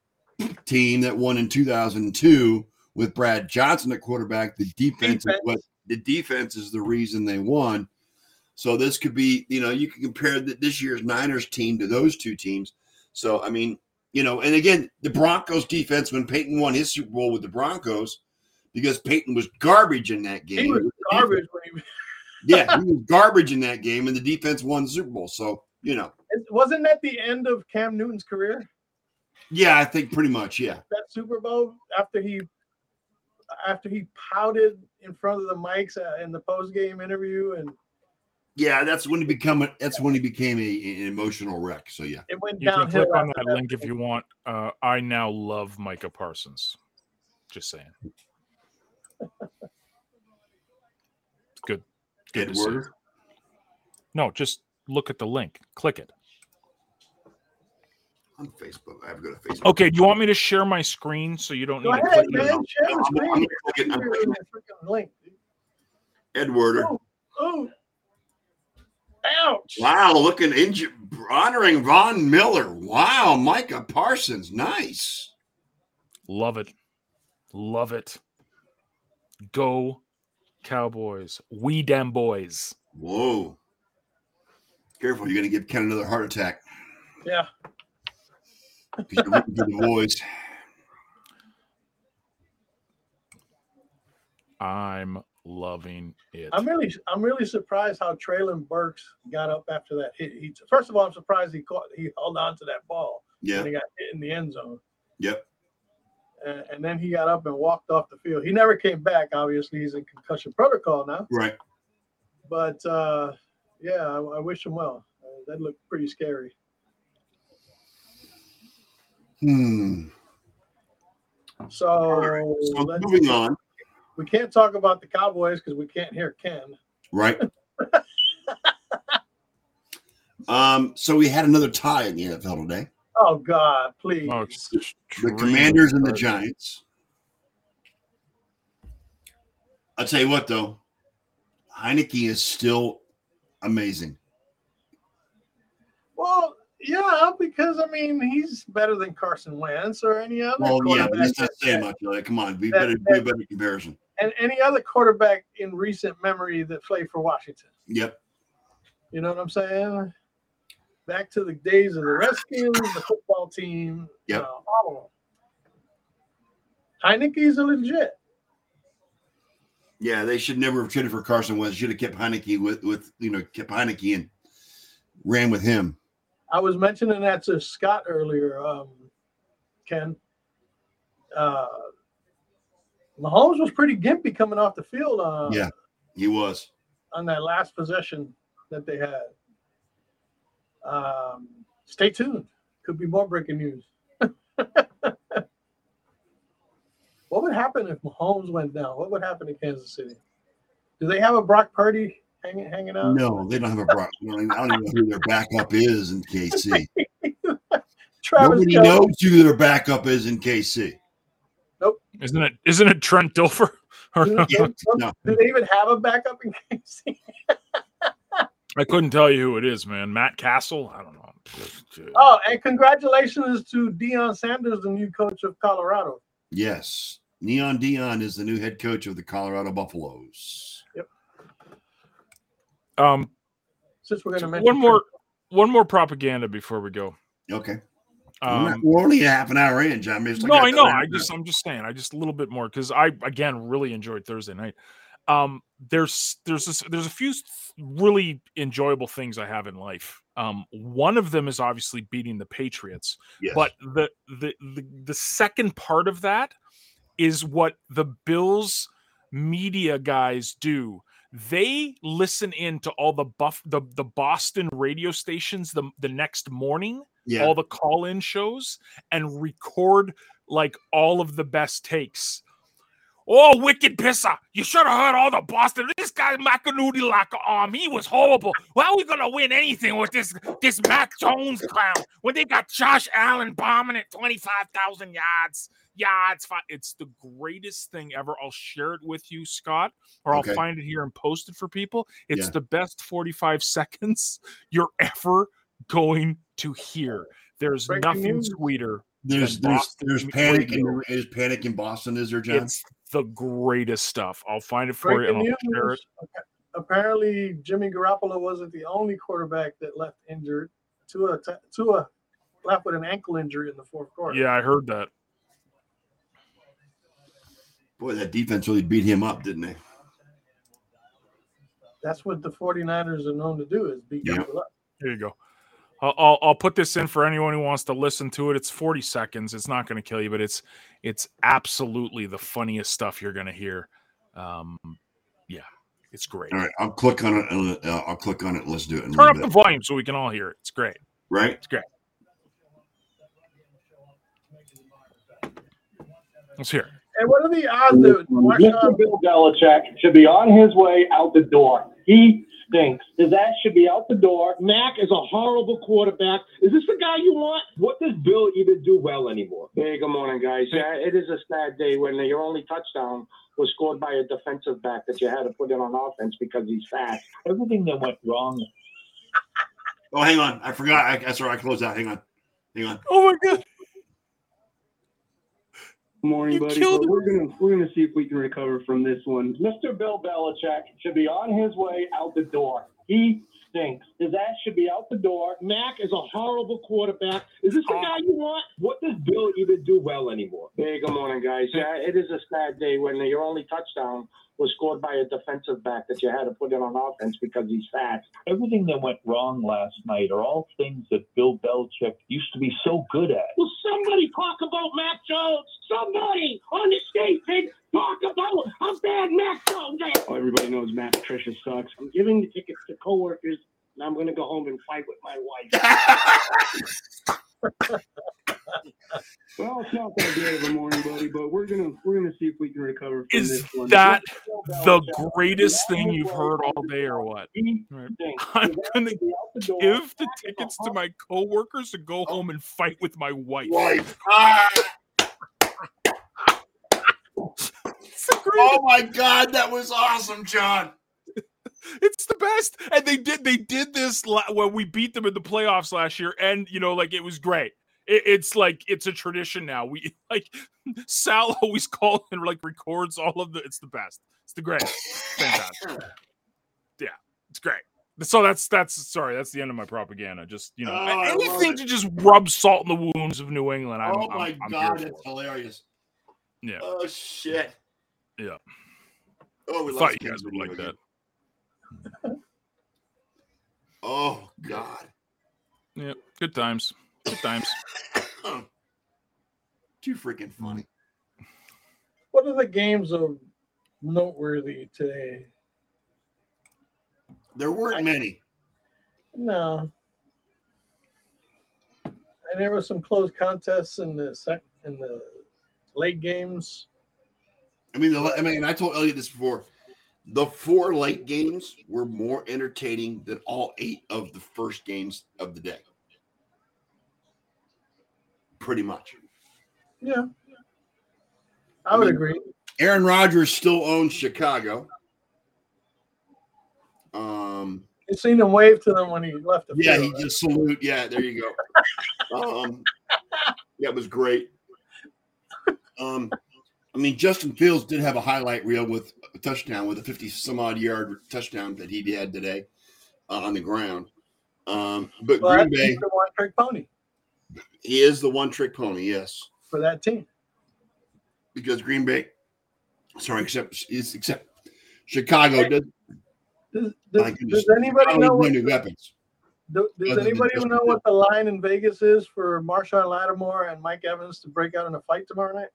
S2: team that won in 2002 with Brad Johnson at quarterback, the defense, is
S1: Defense.
S2: what the defense is the reason they won. So this could be, you know, you can compare th- this year's Niners team to those two teams. So I mean, you know, and again, the Broncos defense when Peyton won his Super Bowl with the Broncos because Peyton was garbage in that game.
S1: He was garbage when he
S2: Yeah, he was garbage in that game, and the defense won the Super Bowl. So you know,
S1: Is- Wasn't that the end of Cam Newton's career?
S2: yeah, I think pretty much, yeah.
S1: That Super Bowl after he after he pouted in front of the mics uh, in the post game interview, and
S2: Yeah, that's when he become a, that's when he became a, an emotional wreck. So yeah,
S1: it went
S3: You can
S1: downhill.
S3: click on
S1: after
S3: that link if you want. Uh, I now love Micah Parsons. Just saying. It's Good. Good to see.
S2: Edward.
S3: No, just look at the link. Click it.
S2: On Facebook, I have to go to Facebook.
S3: Okay. Do you want me to share my screen so you don't
S1: Go
S3: need to
S1: ahead,
S3: click?
S1: man. Share the
S2: I'm- I'm
S1: screen.
S2: clicking- I'm
S1: Share
S2: clicking.
S1: the freaking link.
S2: Edward.
S1: Oh, oh, ouch!
S2: Wow, looking inju- honoring Von Miller. Wow, Micah Parsons, nice.
S3: Love it. Love it. Go Cowboys. We damn boys.
S2: Whoa. Careful, you're gonna give Ken another heart attack
S1: Yeah,
S2: because you're looking for the boys.
S3: I'm loving it.
S1: I'm really, I'm really surprised how Traylon Burks got up after that hit. He, first of all, I'm surprised he caught, he held on to that ball.
S2: Yeah,
S1: when he got hit in the end zone.
S2: Yep.
S1: And, and then he got up and walked off the field. He never came back. Obviously, he's in concussion protocol now.
S2: right.
S1: But uh, yeah, I, I wish him well. Uh, that looked pretty scary.
S2: Hmm.
S1: So,
S2: So
S1: let's-
S2: moving on,
S1: we can't talk about the Cowboys because we can't hear Ken.
S2: right? um. So we had another tie in the NFL today.
S1: Oh God, please!
S3: Oh, it's
S2: the
S3: extremely
S2: Commanders and the
S3: frustrating.
S2: Giants. I'll tell you what, though, Heineke is still amazing.
S1: Well, yeah, because I mean he's better than Carson Wentz or any other.
S2: Well, yeah, but that's
S1: quarterback
S2: not
S1: that-
S2: saying much. Like, come on, we
S1: That-
S2: better do a better comparison.
S1: and any other quarterback in recent memory that played for Washington.
S2: Yep,
S1: You know what I'm saying? Back to the days of the Redskins, the football team. you
S2: Yep.
S1: know, all of them. Heineke's a legit.
S2: yeah, they should never have traded for Carson Wentz. Should have kept Heineke with with you know kept Heineke and ran with him.
S1: I was mentioning that to Scott earlier, um, Ken. Uh, Uh, Mahomes was pretty gimpy coming off the field on
S2: Yeah. He was
S1: on that last possession that they had. Um, stay tuned. Could be more breaking news. what would happen if Mahomes went down? What would happen to Kansas City? Do they have a Brock Purdy hanging hanging out?
S2: No, they don't have a Brock. I don't even know who their backup is in KC.
S1: Travis
S2: Nobody
S1: Kelce.
S2: knows who their backup is in KC.
S3: Isn't it? Isn't it Trent Dilfer? Or
S1: Do
S3: no?
S1: they-
S2: No.
S1: do they even have a backup in KC?
S3: I couldn't tell you who it is, man. Matt Castle. I don't know.
S1: Oh, and congratulations to Deion Sanders, the new coach of Colorado.
S2: Yes. Neon Dion is the new head coach of the Colorado Buffaloes.
S3: Um,
S1: Since we're going to mention
S3: one more, one more propaganda before we go.
S2: Okay. We're not-
S3: Um,
S2: we're only a half an hour in, John. It's like
S3: no,
S2: got
S3: I know.
S2: another
S3: I
S2: half an
S3: just, I'm just saying. I just a little bit more because I, again, really enjoyed Thursday night. Um, there's, there's this, there's a few s- really enjoyable things I have in life. Um, one of them is obviously beating the Patriots.
S2: hour. Yes.
S3: But the, the the the second part of that is what the Bills media guys do. They listen in to all the buff the, the Boston radio stations the, the next morning,
S2: yeah.
S3: all the call-in shows, and record like all of the best takes. Oh, wicked pisser. You should have heard all the Boston. This guy McAnooty like arm. He was horrible. Why are we gonna win anything with this this Mac Jones clown when they got Josh Allen bombing at 25,000 yards? Yards. fi- It's the greatest thing ever. I'll share it with you, Scott, or I'll
S2: Okay.
S3: find it here and post it for people. It's
S2: Yeah.
S3: the best 45 seconds you're ever going to hear. There's
S1: Breaking
S3: nothing
S1: news.
S3: sweeter
S2: there's
S3: and
S2: there's
S3: Boston
S2: there's
S3: media
S2: panic
S3: radio.
S2: in is panic in Boston, is there, John?
S3: It's the greatest stuff. I'll find it for um,
S1: breaking
S3: you
S1: news.
S3: and I'll share it.
S1: Apparently, Jimmy Garoppolo wasn't the only quarterback that left injured. Tua, Tua left with an ankle injury in the fourth quarter.
S3: Yeah, I heard that.
S2: Boy, that defense really beat him up, didn't they?
S1: That's what the 49ers are known to do is beat
S2: Yeah.
S1: people up.
S3: There you go. I'll, I'll, I'll put this in for anyone who wants to listen to it. It's 40 seconds. It's not going to kill you, but it's it's absolutely the funniest stuff you're going to hear. Um, yeah, it's great.
S2: All
S5: Mm,
S2: right, I'll click on it. and, Uh, I'll click on it. Let's do it. in a
S3: Turn up
S2: little
S3: the
S2: bit,
S3: volume so we can all hear it. It's great.
S2: right?
S3: Let's hear. it.
S1: And what are the odds that Marshawn
S6: Mr. Bill Belichick should be on his way out the door. He stinks. His ass should be out the door.
S7: Mac is a horrible quarterback. Is this the guy you want?
S6: What does Bill even do well anymore?
S7: Hey, good morning, guys. Yeah, it is a sad day when your only touchdown was scored by a defensive back that you had to put in on offense because he's fast.
S6: Everything that went wrong.
S2: Oh, hang on. I forgot. I, that's all right. I closed out. Hang on. Hang on.
S3: Oh my god!
S5: morning,
S3: You
S5: buddy.
S3: killed
S5: But
S3: him.
S5: we're gonna we're gonna see if we can recover from this one.
S6: Mr. Bill Belichick should be on his way out the door. He stinks. His ass should be out the door.
S7: Mac is a horrible quarterback. Is this the
S3: Oh.
S7: guy you want?
S6: What does Bill even do well anymore?
S7: Hey, good morning, guys. Yeah, it is a sad day when your only touchdown was scored by a defensive back that you had to put in on offense because he's fast.
S6: Everything that went wrong last night are all things that Bill Belichick used to be so good at.
S7: Will somebody talk about Mac Jones? Somebody on the state pig talk about how bad Mac Jones is.
S5: Oh, everybody knows Matt Patricia sucks.
S7: I'm giving the tickets to coworkers, and I'm going to go home and fight with my wife.
S5: Well, it's not that great of a morning, buddy, but we're gonna we're gonna see if we can recover from
S3: Is
S5: this one.
S3: that
S7: Bill
S3: the
S7: Belichick,
S3: greatest thing you've heard all day, or what?
S7: he
S1: Mm-hmm.
S3: Right.
S7: stinks.
S3: I'm
S7: His ass
S3: gonna
S7: should be out the door.
S3: give the
S7: Mac is a
S3: tickets to my coworkers to go home and fight with my wife.
S2: Life. Ah,
S3: It's the greatest.
S2: oh my God, that was awesome, John.
S3: It's the best. And they did they did this la- when we beat them in the playoffs last year and you know like it was great. It, it's like it's a tradition now. We like Sal always calls and like records all of the it's the best. It's the greatest. It's fantastic. yeah, it's great. So that's that's sorry, that's the end of my propaganda. Just you know,
S2: Oh, I love
S3: anything
S2: it.
S3: to just rub salt in the wounds of New England. I'm,
S2: oh
S3: I'm-
S2: my
S3: I'm here
S2: God,
S3: for
S2: that's
S3: it.
S2: hilarious.
S3: Yeah.
S2: Oh shit.
S3: Yeah.
S2: Oh, we
S3: I
S2: lost
S3: thought you
S2: Ken's
S3: guys would
S2: video
S3: like
S2: again.
S3: that.
S2: Oh God.
S3: Yeah, good times. Good times.
S2: Too freaking funny.
S1: What are the games of noteworthy today?
S2: There weren't many.
S1: No. And there were some close contests in the sec- in the late games.
S2: I mean, the, I mean, I told Elliot this before. The four late games were more entertaining than all eight of the first games of the day. Pretty much.
S1: Yeah. I would agree.
S2: Aaron Rodgers still owns Chicago. Um,
S1: You seen him wave to them when he left the
S2: yeah,
S1: field.
S2: he
S1: right?
S2: just salute. Yeah, there you go. Um, that was great. Um, I mean, Justin Fields did have a highlight reel with a touchdown with a 50 some odd yard touchdown that he had today uh, on the ground. Um, but
S1: Well,
S2: Green
S1: that's
S2: Bay,
S1: the one trick pony
S2: he is the one trick pony, yes,
S1: for that team.
S2: because Green Bay, sorry, except is- except Chicago does,
S1: Does,
S2: My
S1: does,
S2: goodness.
S1: does anybody know what
S2: new weapons.
S1: do, does
S2: Other than
S1: anybody
S2: Justin
S1: know what the line in Vegas is for Marshawn Lattimore and Mike Evans to break out in a fight tomorrow night?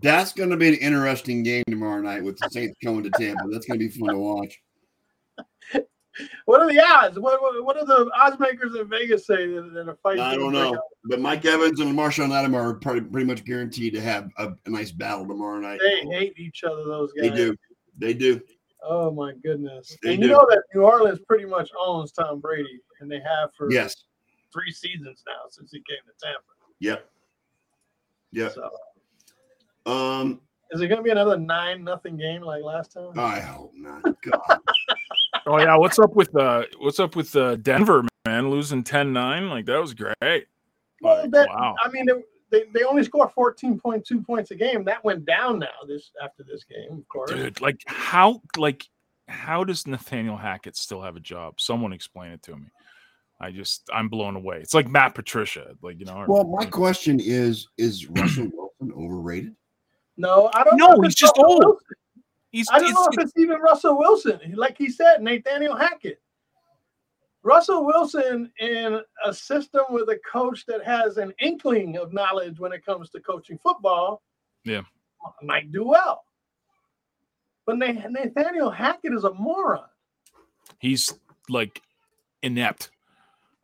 S2: That's going to be an interesting game tomorrow night with the Saints going to Tampa. That's going to be fun to watch.
S1: What are the odds? What what, what are the odds makers in Vegas say that, that a fight?
S2: I
S1: is
S2: don't
S1: gonna
S2: know,
S1: break out?
S2: but Mike Evans and Marshawn Lattimore are probably pretty much guaranteed to have a, a nice battle tomorrow night.
S1: They hate each other. Those guys.
S2: They do. They do.
S1: Oh my goodness!
S2: They
S1: and you
S2: do.
S1: know that New Orleans pretty much owns Tom Brady, and they have for
S2: Yes.
S1: three seasons now since he came to Tampa.
S2: Yep. Yeah.
S1: So
S2: Um.
S1: is it going to be another nine nothing game like last time?
S2: I hope not. God.
S3: Oh yeah, what's up with uh what's up with uh Denver, man? Losing 10-9? Like that was great.
S1: Well,
S3: Like,
S1: that,
S3: wow.
S1: I mean, they, they, they only score 14.2 points a game. That went down now this after this game, of course.
S3: Dude, like how like how does Nathaniel Hackett still have a job? Someone explain it to me. I just I'm blown away. It's like Matt Patricia, like you know. or-
S2: Well, my question is: Is Russell Wilson overrated?
S1: No, I don't
S3: No,
S1: know. if
S3: he's
S1: it's
S3: just
S1: Russell
S3: old.
S1: Wilson.
S3: he's,
S1: I don't
S3: it's-
S1: know if
S3: it's-
S1: it's even Russell Wilson. Like he said, Nathaniel Hackett. Russell Wilson in a system with a coach that has an inkling of knowledge when it comes to coaching football,
S3: Yeah.
S1: might do well. But Na- Nathaniel Hackett is a moron.
S3: he's like inept.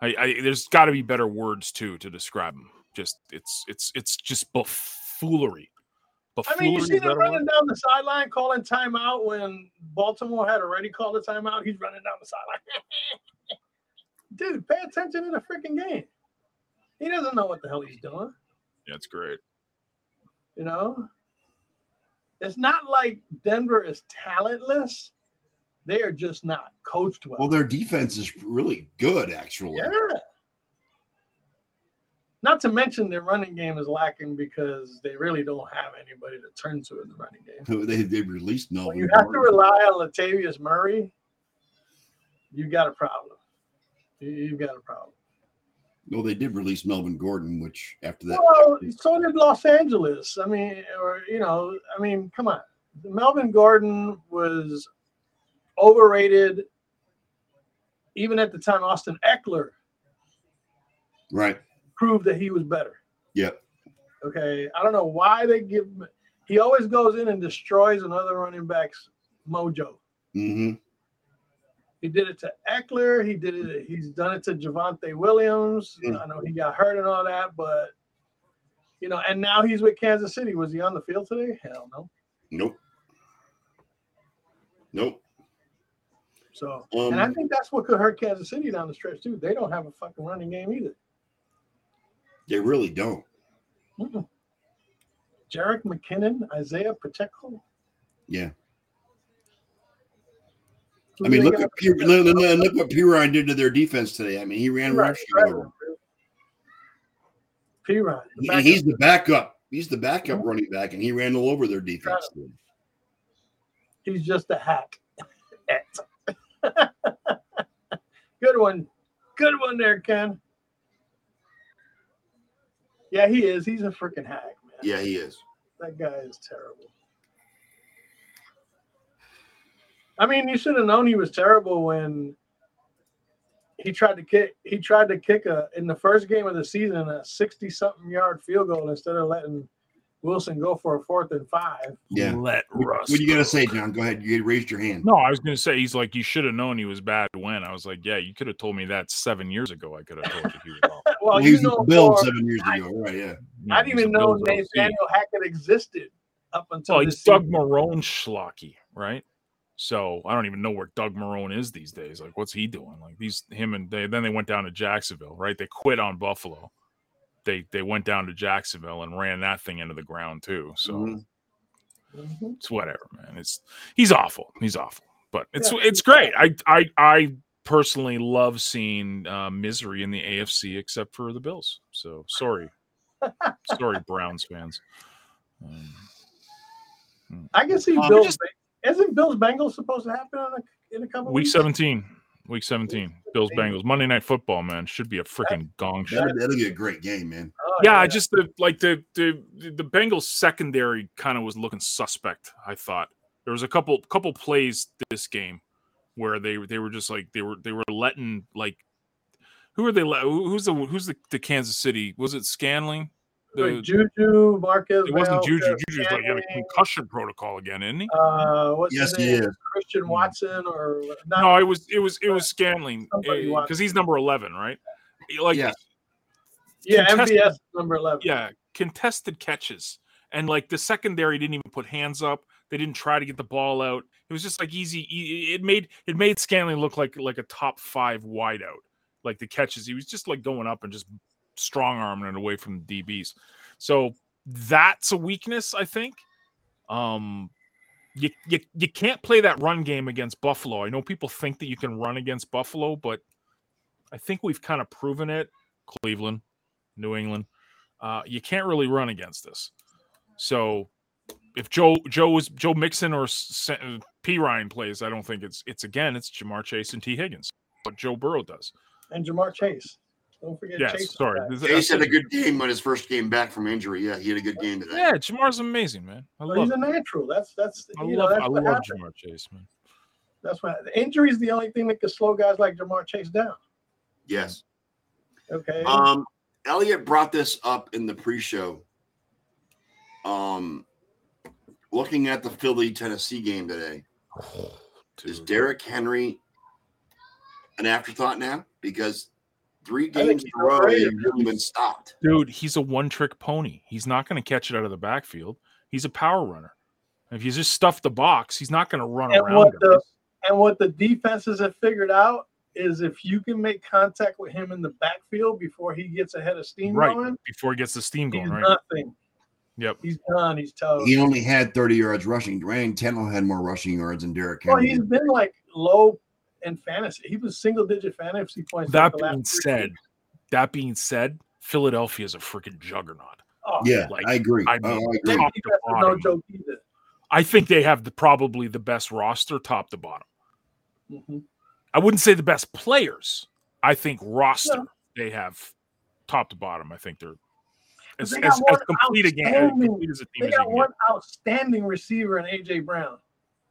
S3: I, I there's got to be better words too to describe him. Just it's it's it's just buffoonery.
S1: I
S3: Buffoonery.
S1: mean, you
S3: is
S1: see
S3: that a
S1: him
S3: word?
S1: running down the sideline calling timeout when Baltimore had already called a timeout. He's running down the sideline. Dude, pay attention to the freaking game. He doesn't know what the hell he's doing.
S3: Yeah, it's great.
S1: You know, it's not like Denver is talentless. They are just not coached well.
S2: Well, their defense is really good, actually.
S1: yeah. Not to mention their running game is lacking because they really don't have anybody to turn to in the running game.
S2: They they released no.
S1: When you have to rely on Latavius Murray, you got a problem. You- You've got a problem.
S2: No, they did release Melvin Gordon, which after that,
S1: Well, so did Los Angeles. I mean, or you know, I mean, come on. Melvin Gordon was overrated even at the time Austin Eckler
S2: right?
S1: proved that he was better.
S2: Yep.
S1: Okay. I don't know why they give him he always goes in and destroys another running back's mojo.
S2: hmm
S1: He did it to Eckler. He did it. He's done it to Javante Williams. You know, I know he got hurt and all that, but you know, and now he's with Kansas City. Was he on the field today? Hell no.
S2: Nope. Nope.
S1: So,
S2: Um,
S1: and I think that's what could hurt Kansas City down the stretch too. They don't have a fucking running game either.
S2: they really don't.
S1: Mm-mm. Jarek McKinnon, Isaiah Pacheco.
S2: Yeah.
S1: Who
S2: I mean,
S1: they
S2: look
S1: got?
S2: at Pure, look, look- look- look what Pirine did to their defense today. I mean, he ran
S1: Right,
S2: roughshod
S1: right.
S2: over them.
S1: Piran, the
S2: and
S1: backup.
S2: he's the backup. He's the
S1: Mm-hmm.
S2: backup running back, and he ran all over their defense. today.
S1: He's just a hack. Good one. Good one there, Ken. Yeah, he is. He's a freaking hack, man.
S2: Yeah, he is.
S1: That guy is terrible. I mean, you should have known he was terrible when he tried to kick he tried to kick a in the first game of the season a 60 something yard field goal instead of letting Wilson go for a fourth and five.
S2: Yeah.
S3: Let
S2: What
S3: Russ.
S2: you gonna say, John? Go ahead. You raised your hand.
S3: No, I was going to say he's like you should have known he was bad when. I was like, yeah, you could have told me that seven years ago. I could have told you he was awful.
S1: Well,
S2: Well, he
S1: you
S2: was
S1: know,
S2: Bill
S1: for-
S2: seven years ago, right? Yeah.
S3: You
S1: I didn't
S3: he's a
S1: even know
S3: Bills OC.
S1: Nathaniel Hackett existed up until
S3: Well,
S1: this
S3: he's
S1: season.
S3: Doug Marone schlocky, right? So I don't even know where Doug Marone is these days. Like, what's he doing? Like these him and they then they went down to Jacksonville, right? They quit on Buffalo. They they went down to Jacksonville and ran that thing into the ground too. So
S2: Mhm.
S1: Mhm.
S3: it's whatever, man. It's he's awful. He's awful. But it's it's great. I I I personally love seeing uh, misery in the AFC except for the Bills. So sorry. sorry, Browns fans. Um,
S1: I can see
S2: Um,
S1: Bills.
S3: Uh, just-
S1: Isn't Bills Bengals supposed to happen on a, in a couple
S3: Week
S1: weeks?
S3: 17. Week 17. Bills Bengals. Monday night football, man. Should be a freaking gong show.
S2: That'd, that'd be a great game, man.
S1: Oh,
S3: Yeah, I just the like the the the Bengals secondary kind of was looking suspect, I thought. There was a couple couple plays this game where they they were just like they were they were letting like who are they let who's the who's the, the Kansas City? Was it Scanling? The,
S1: Like Juju Marquez.
S3: uh, it wasn't
S1: Wells,
S3: Juju.
S1: Jeff
S3: Juju's like in a
S1: Canning,
S3: concussion protocol again, isn't he?
S1: Uh, what's
S2: Yes,
S1: his
S2: he
S1: name?
S2: is.
S1: Christian Watson or not?
S3: Mm. No, it was it was it was Scanling
S1: Uh, Somebody watch-
S3: because he's number eleven, right? Like
S2: Yeah.
S1: yeah,
S3: contested-
S1: MVS number eleven.
S3: yeah, contested catches. And like the secondary didn't even put hands up. They didn't try to get the ball out. It was just like easy. e- It made it made Scanlon look like like a top five wideout. Like the catches, he was just like going up and just strong arming it away from the DBs. So that's a weakness, I think. Um, you, you you can't play that run game against Buffalo. I know people think that you can run against Buffalo, but I think we've kind of proven it. Cleveland, New England, uh, you can't really run against this. So if Joe Joe is Joe Mixon or S- S- P Ryan plays, I don't think it's it's again it's Jamar Chase and T Higgins, but Joe Burrow does.
S1: And Jamar Chase. Don't forget
S3: Yes,
S1: Chase.
S3: sorry. This-
S2: Chase had a
S3: absolutely.
S2: good game on his first game back from injury. Yeah, he had a good game today.
S3: uh, Yeah, Jamar's amazing, man. I
S1: Well,
S3: love
S1: he's a natural. That's that's
S3: I
S1: you know
S3: love,
S1: that's
S3: I
S1: what
S3: love
S1: happens.
S3: Jamar Chase, man.
S1: That's what the injury is the only thing that can slow guys like Jamar Chase down.
S2: Yes.
S1: Okay.
S2: Um, Elliot brought this up in the pre-show. Um, looking at the Philly Tennessee game today, is
S3: Dude.
S2: Derrick Henry an afterthought now? Because three
S1: think
S2: games in
S1: he's
S2: a row
S1: overrated.
S2: they've really been stopped.
S3: Dude, he's a one trick pony. He's not going to catch it out of the backfield. He's a power runner. If you just stuff the box, he's not going to run
S1: And
S3: around.
S1: what the-
S3: guys.
S1: And what the defenses have figured out is if you can make contact with him in the backfield before he gets ahead of steam
S3: Right.
S1: going,
S3: Before he gets the steam
S1: he's
S3: going, right?
S1: nothing.
S3: Yep.
S1: He's done. He's toast.
S2: He only had 30 yards rushing. Ryan Tannehill had more rushing yards than Derrick
S1: well,
S2: Henry.
S1: he's been like low in fantasy. He was single digit fantasy points. like
S3: That
S1: the
S3: being
S1: last three
S3: said,
S1: weeks.
S3: that being said, Philadelphia is a freaking jugnaut.
S1: oh,
S2: yeah,
S3: like,
S2: I agree.
S3: I
S2: oh, I
S3: mean,
S2: agree.
S3: top
S1: that
S3: to
S1: defense is no
S3: bottom.
S1: joke either.
S3: I think they have the probably the best roster, top to bottom.
S1: Mhm.
S3: I wouldn't say the best players. I think roster
S1: No.
S3: they have top to bottom. I think they're as,
S1: they got
S3: as, as
S1: one
S3: complete a game, as
S1: outstanding-
S3: complete as a team
S1: They
S3: as you
S1: got
S3: can
S1: one
S3: get.
S1: outstanding receiver in AJ Brown.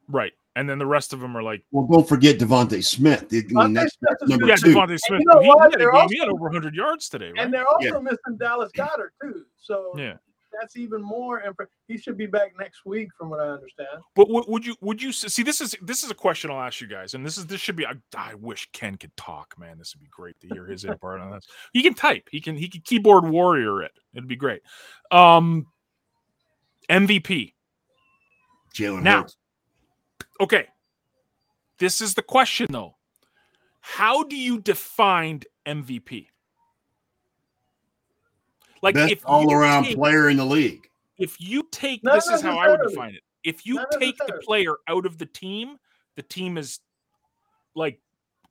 S3: Right, and then the rest of them are like,
S2: Well, don't forget Devontae Smith. I mean,
S1: Devontae
S2: that's
S1: Smith is
S2: number
S1: good.
S3: yeah,
S2: two.
S3: Devontae Smith.
S1: you know
S3: he,
S1: what?
S3: Had a
S1: They're
S3: game,
S1: also-
S3: he had over 100 yards today, right?
S1: And they're also
S2: Yeah.
S1: missing Dallas Goddard too. So
S3: Yeah.
S1: that's even more. impre- He should be back next week, from what I understand.
S3: But would, would you would you s- see this is this is a question I'll ask you guys, and this is this should be I, I wish Ken could talk, man. This would be great to hear his input on this. He can type, he can he can keyboard warrior it. It'd be great. Um MVP.
S2: Jalen
S3: Now-
S2: Hurts.
S3: Okay. This is the question though. How do you define MVP? Like
S2: Best
S3: if you
S2: all-around
S3: take-
S2: player in the league.
S3: if you take
S1: Not
S3: this is how I would
S1: necessarily.
S3: define it. If you
S1: Not
S3: take the
S1: necessarily.
S3: player out of the team, the team is like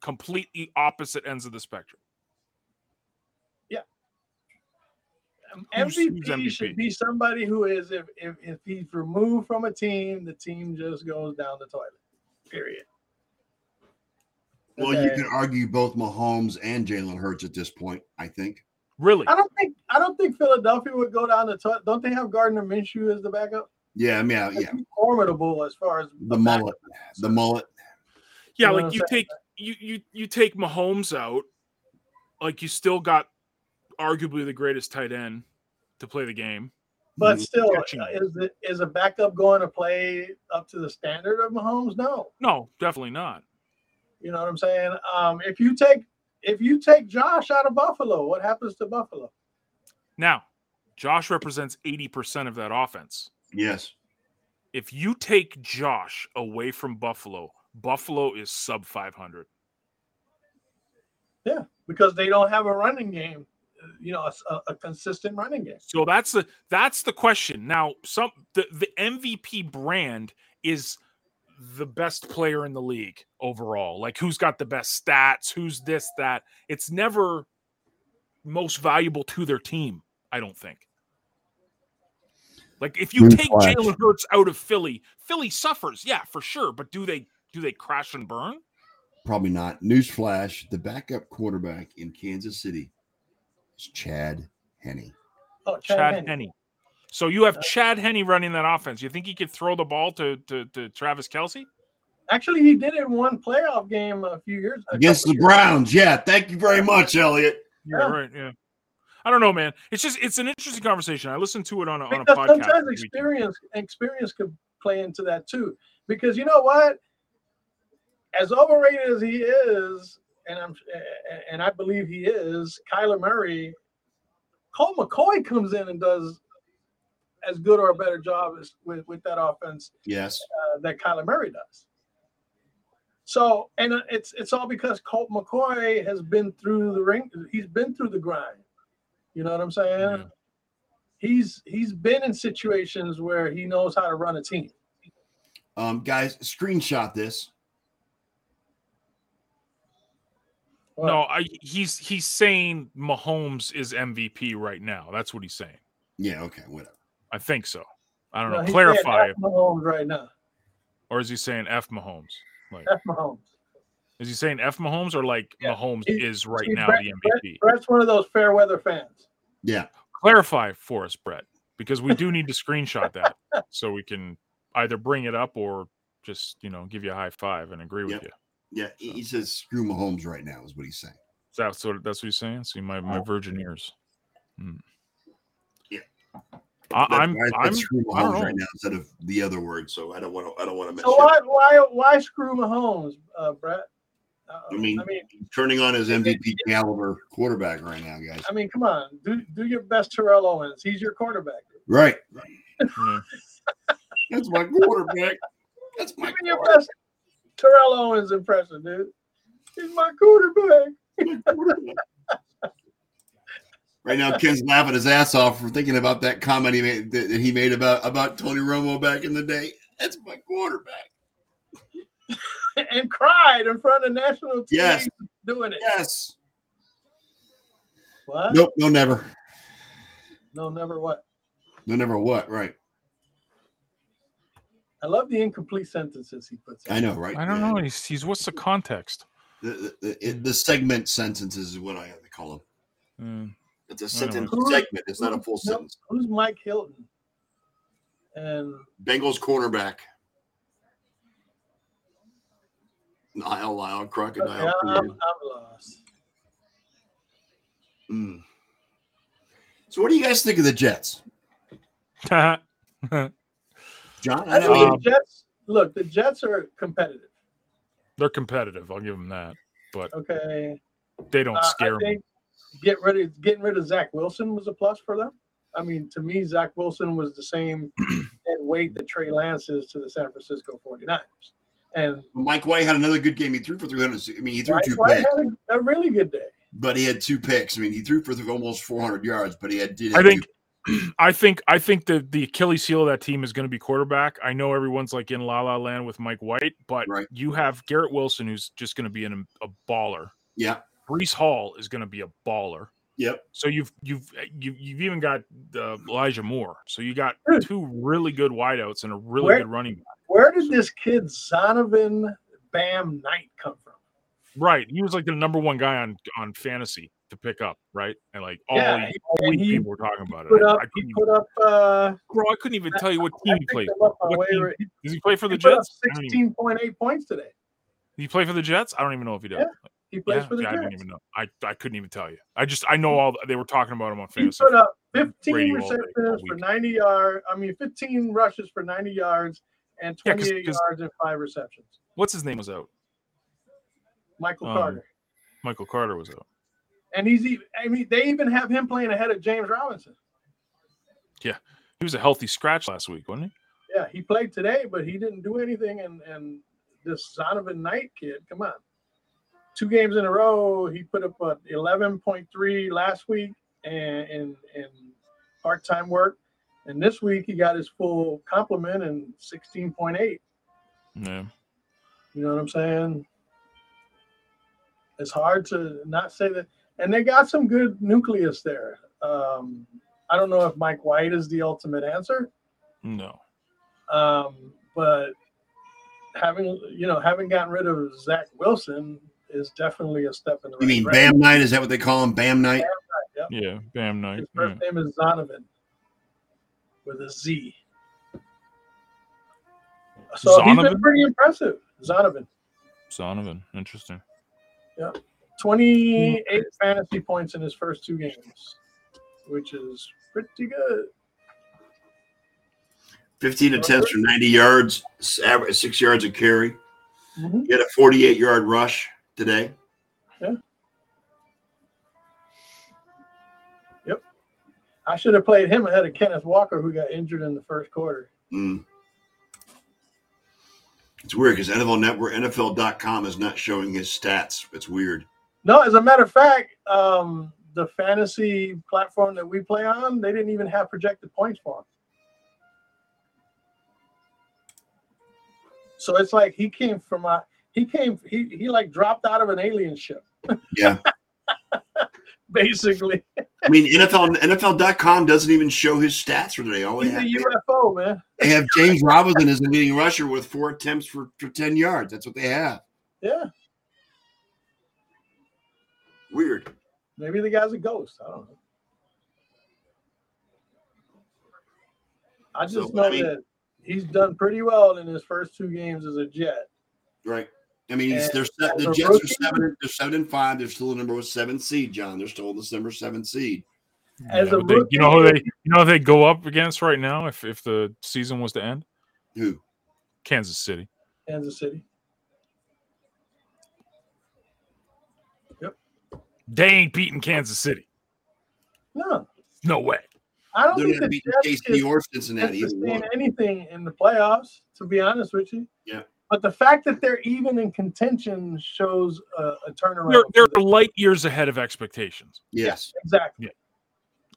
S3: completely opposite ends of the spectrum.
S1: Um,
S3: Who's- who's
S1: MVP,
S3: MVP?
S1: should be somebody who is if, if if he's removed from a team, the team just goes down the toilet. Period.
S2: Well, you
S1: Okay.
S2: can argue both Mahomes and Jalen Hurts at this point. I think.
S3: Really?
S1: I don't think I don't think Philadelphia would go down the toilet. Don't they have Gardner Minshew as the backup?
S2: Yeah, I mean, I-
S1: That's
S2: yeah.
S1: formidable as far as
S2: The
S1: a backup.
S2: mullet, the mullet.
S3: Yeah,
S1: know
S3: like
S1: what
S3: you
S1: I'm saying?
S3: take you you you take Mahomes out, like you still got arguably the greatest tight end to play the game.
S1: But still,
S3: Catching.
S1: is the, is a backup going to play up to the standard of Mahomes? No.
S3: No, definitely not.
S1: You know what I'm saying? Um, if you take if you take Josh out of Buffalo, what happens to Buffalo?
S3: Now, Josh represents 80% of that offense.
S2: Yes.
S3: If you take Josh away from Buffalo, Buffalo is sub 500.
S1: Because they don't have a running game. You know, a s- a, a consistent running game.
S3: So that's the that's the question. Now, some the, the MVP brand is the best player in the league overall. Like who's got the best stats, who's this that. It's never most valuable to their team, I don't think. Like if you take
S2: Newsflash.
S3: Jalen Hurts out of Philly, Philly suffers, yeah, for sure. But do they do they crash and burn?
S2: Probably not. Newsflash: the backup quarterback in Kansas City is Chad Henney.
S1: Oh, Chad,
S3: Chad
S1: Henne. Uh,
S3: Henney. So you have Chad Henney running that offense. You think he could throw the ball to to, to Travis Kelsey?
S1: Actually, he did it in one playoff game a few years a
S2: Against
S1: couple
S2: the
S1: years
S2: Browns. Yeah. Thank you very much, Elliot.
S3: Yeah,
S1: Yeah.
S3: right. Yeah. I don't know, man. It's just it's an interesting conversation. I listened to it on a, on a
S1: because
S3: podcast.
S1: sometimes
S3: this weekend.
S1: experience experience could play into that too. Because you know what, as overrated as he is, and I'm and I believe he is, Kyler Murray, Cole McCoy comes in and does as good or a better job as, with with that offense
S2: Yes.
S1: uh, that Kyler Murray does. So, and uh, it's it's all because Colt McCoy has been through the ring. He's been through the grind. You know what I'm saying?
S3: Yeah.
S1: He's he's been in situations where he knows how to run a team.
S2: Um, guys, screenshot this.
S3: No, I, he's he's saying Mahomes is MVP right now. That's what he's saying.
S2: Yeah. Okay. Whatever.
S3: I think so. I don't
S1: No,
S3: know.
S1: he's
S3: Clarify,
S1: saying F Mahomes right now.
S3: or is he saying F Mahomes? Like,
S1: F Mahomes.
S3: is he saying F Mahomes or like
S1: Yeah.
S3: Mahomes
S1: He-
S3: is right
S1: he-
S3: now
S1: Brett-
S3: the
S1: Brett-
S3: MVP?
S1: Brett's one of those fair weather fans.
S2: Yeah.
S3: Clarify for us, Brett, because we do need to screenshot that so we can either bring it up or just you know give you a high five and agree with
S2: Yep.
S3: you.
S2: Yeah. He he says screw Mahomes right now is what he's saying.
S3: That's what that's what he's saying. See my my virgin ears. Hmm.
S2: Oh. Yeah.
S3: I,
S2: That's
S3: I'm
S2: why I said
S3: I'm
S2: screw
S3: I don't
S2: Mahomes
S3: know.
S2: right now instead of the other word. So I don't want to. I don't want to mess.
S1: So
S2: it up.
S1: why why why screw Mahomes, uh, Brett? Uh,
S2: I mean-
S1: I mean,
S2: Turning on his MVP caliber quarterback right now, guys.
S1: I mean, come on, do do your best, Terrell Owens. He's your quarterback.
S2: Right.
S3: Yeah.
S2: That's my quarterback. That's my
S1: Give me your best Terrell Owens impression, dude. He's my quarterback.
S2: Right now, Ken's laughing his ass off for thinking about that comment he made that that he made about about Tony Romo back in the day. That's my quarterback.
S1: and cried in front of national TV
S2: Yes.
S1: doing it.
S2: Yes.
S1: What?
S2: Nope. No. Never.
S1: No, never what?
S2: No. Never. What? Right.
S1: I love the incomplete sentences he puts in.
S2: I know. Right.
S3: I don't
S2: Yeah.
S3: know. He's, he's what's the context?
S2: The, the, the, it- the segment sentences is what I have to call them.
S3: Hmm.
S2: It's a
S3: I know.
S2: sentence segment. It's not a full
S1: Nope.
S2: sentence.
S1: Who's Mike Hilton? And
S2: Bengals cornerback. Nile, Lyle,
S1: okay,
S2: crocodile.
S1: I'm,
S3: Uh,
S2: Tears.
S1: I'm lost.
S2: Mm. So, what do you guys think of the Jets, John?
S1: I
S2: I
S1: mean,
S2: know you-
S3: Um,
S1: the Jets. Look, the Jets are competitive.
S3: They're competitive. I'll give them that. But
S1: Okay,
S3: they don't
S1: Uh,
S3: scare
S1: I
S3: me.
S1: think get rid of getting rid of Zach Wilson was a plus for them. I mean, to me, Zach Wilson was the same in weight that Trey Lance is to the San Francisco 49ers. And
S2: Mike White had another good game. He threw for 300. I mean, he threw
S1: Mike
S2: two
S1: White
S2: picks,
S1: had a, a really good day.
S2: but he had two picks. I mean, he threw for th- almost 400 yards, but he had. Did
S3: I
S2: have two-
S3: think, I think, I think that the Achilles heel of that team is going to be quarterback. I know everyone's like in la la land with Mike White, but
S2: Right.
S3: you have Garrett Wilson, who's just going to be an, a baller.
S2: Yeah.
S3: Brees Hall is going to be a baller.
S2: Yep.
S3: So you've you've you, you've even got uh, Elijah Moore. So you got
S1: Dude.
S3: two really good wideouts and a really
S1: Where-
S3: good running back.
S1: Where did this kid Zonovan Bam Knight come from?
S3: Right, he was like the number one guy on on fantasy to pick up. Right, and like all,
S1: Yeah,
S3: week- all
S1: and
S3: week
S1: he
S3: Oh, people were talking about it.
S1: Put
S3: I,
S1: up,
S3: I
S1: he
S3: couldn't,
S1: put up. Uh,
S3: bro, I couldn't even tell you what
S1: I
S3: team he
S1: picked
S3: played.
S1: him up on
S3: What team-
S1: waiver. He,
S3: Does he play for the
S1: he put up
S3: Jets? I don't even-
S1: sixteen point eight points today.
S3: Did he play for the Jets? I don't even know if he did.
S1: Yeah, He plays
S3: Yeah,
S1: for the
S3: yeah, I
S1: Jets.
S3: didn't even know. I, I couldn't even tell you. I just I know all they were talking about him on
S1: He
S3: fantasy.
S1: put up 15
S3: radio all day, all
S1: receptions for
S3: week.
S1: 90 yards. I mean, 15 rushes for 90 yards and
S3: Yeah, 'cause-
S1: 28
S3: 'cause-
S1: yards and five receptions.
S3: What's his name was out?
S1: Michael
S3: Um,
S1: Carter.
S3: Michael Carter was out.
S1: And he's even, I mean, they even have him playing ahead of James Robinson.
S3: He was a healthy scratch last week, wasn't he?
S1: Yeah, he played today, but he didn't do anything. And and this Zonovan Knight kid, come on, two games in a row, he put up a 11.3 last week and in in part time work, and this week he got his full complement and 16.8.
S3: Yeah.
S1: You know what I'm saying? It's hard to not say that. And they got some good nucleus there. Um, I don't know if Mike White is the ultimate answer
S3: No.
S1: um, but having you know having gotten rid of Zach Wilson is definitely a step in the right
S2: You mean
S1: direction.
S2: Bam Night? Is that what they call him? Bam Night?
S3: Yeah. Bam night.
S1: His
S3: Yeah.
S1: first name is Zonovan with a Z. So he's been
S3: Zonovan?
S1: pretty impressive, Zonovan.
S3: Sonovan. Interesting.
S1: 28 fantasy points in his first two games, which is pretty good.
S2: 15 attempts for 90 yards, s- average six yards a carry.
S1: Mhm.
S2: He had a 48 yard rush today.
S1: I should have played him ahead of Kenneth Walker, who got injured in the first quarter.
S2: Mm. It's weird because NFL Network, NFL.com is not showing his stats. It's weird.
S1: No, as a matter of fact, um, the fantasy platform that we play on, they didn't even have projected points for him. So it's like he came from a he came he he like dropped out of an alien ship.
S2: Yeah.
S1: Basically,
S2: I mean, NFL NFL.com doesn't even show his stats for today. All they
S1: he's a
S2: have,
S1: UFO man.
S2: they have James Robinson as the leading rusher with four attempts for, for 10 yards. That's what they have.
S1: Yeah,
S2: Weird.
S1: maybe the guy's a ghost. I don't know. I
S2: So,
S1: just know
S2: I mean-
S1: that he's done pretty well in his first two games as a Jet.
S2: Right. I mean, he's, they're se-
S1: As
S2: the
S1: a
S2: Jets
S1: rookie-
S2: are seven. They're seven and five. They're still the number seven seed, John. They're still the number seven seed.
S1: As
S3: Yeah,
S1: a
S3: but they- you know who
S1: rookie-
S3: they you know who they go up against right now if if the season was to end?
S2: Who?
S3: Kansas City.
S1: Kansas City.
S3: They ain't beating Kansas City.
S1: No,
S3: No way.
S1: I don't
S2: They're
S1: think
S2: not
S1: the
S2: beating
S1: Jets
S2: KC
S1: is
S2: or Cincinnati. either
S1: seeing
S2: one.
S1: anything in the playoffs. To be honest with you,
S2: Yeah.
S1: But the fact that they're even in contention shows a, a turnaround.
S3: They're
S1: for
S3: they're
S1: them.
S3: light years ahead of expectations.
S2: Yes.
S1: exactly.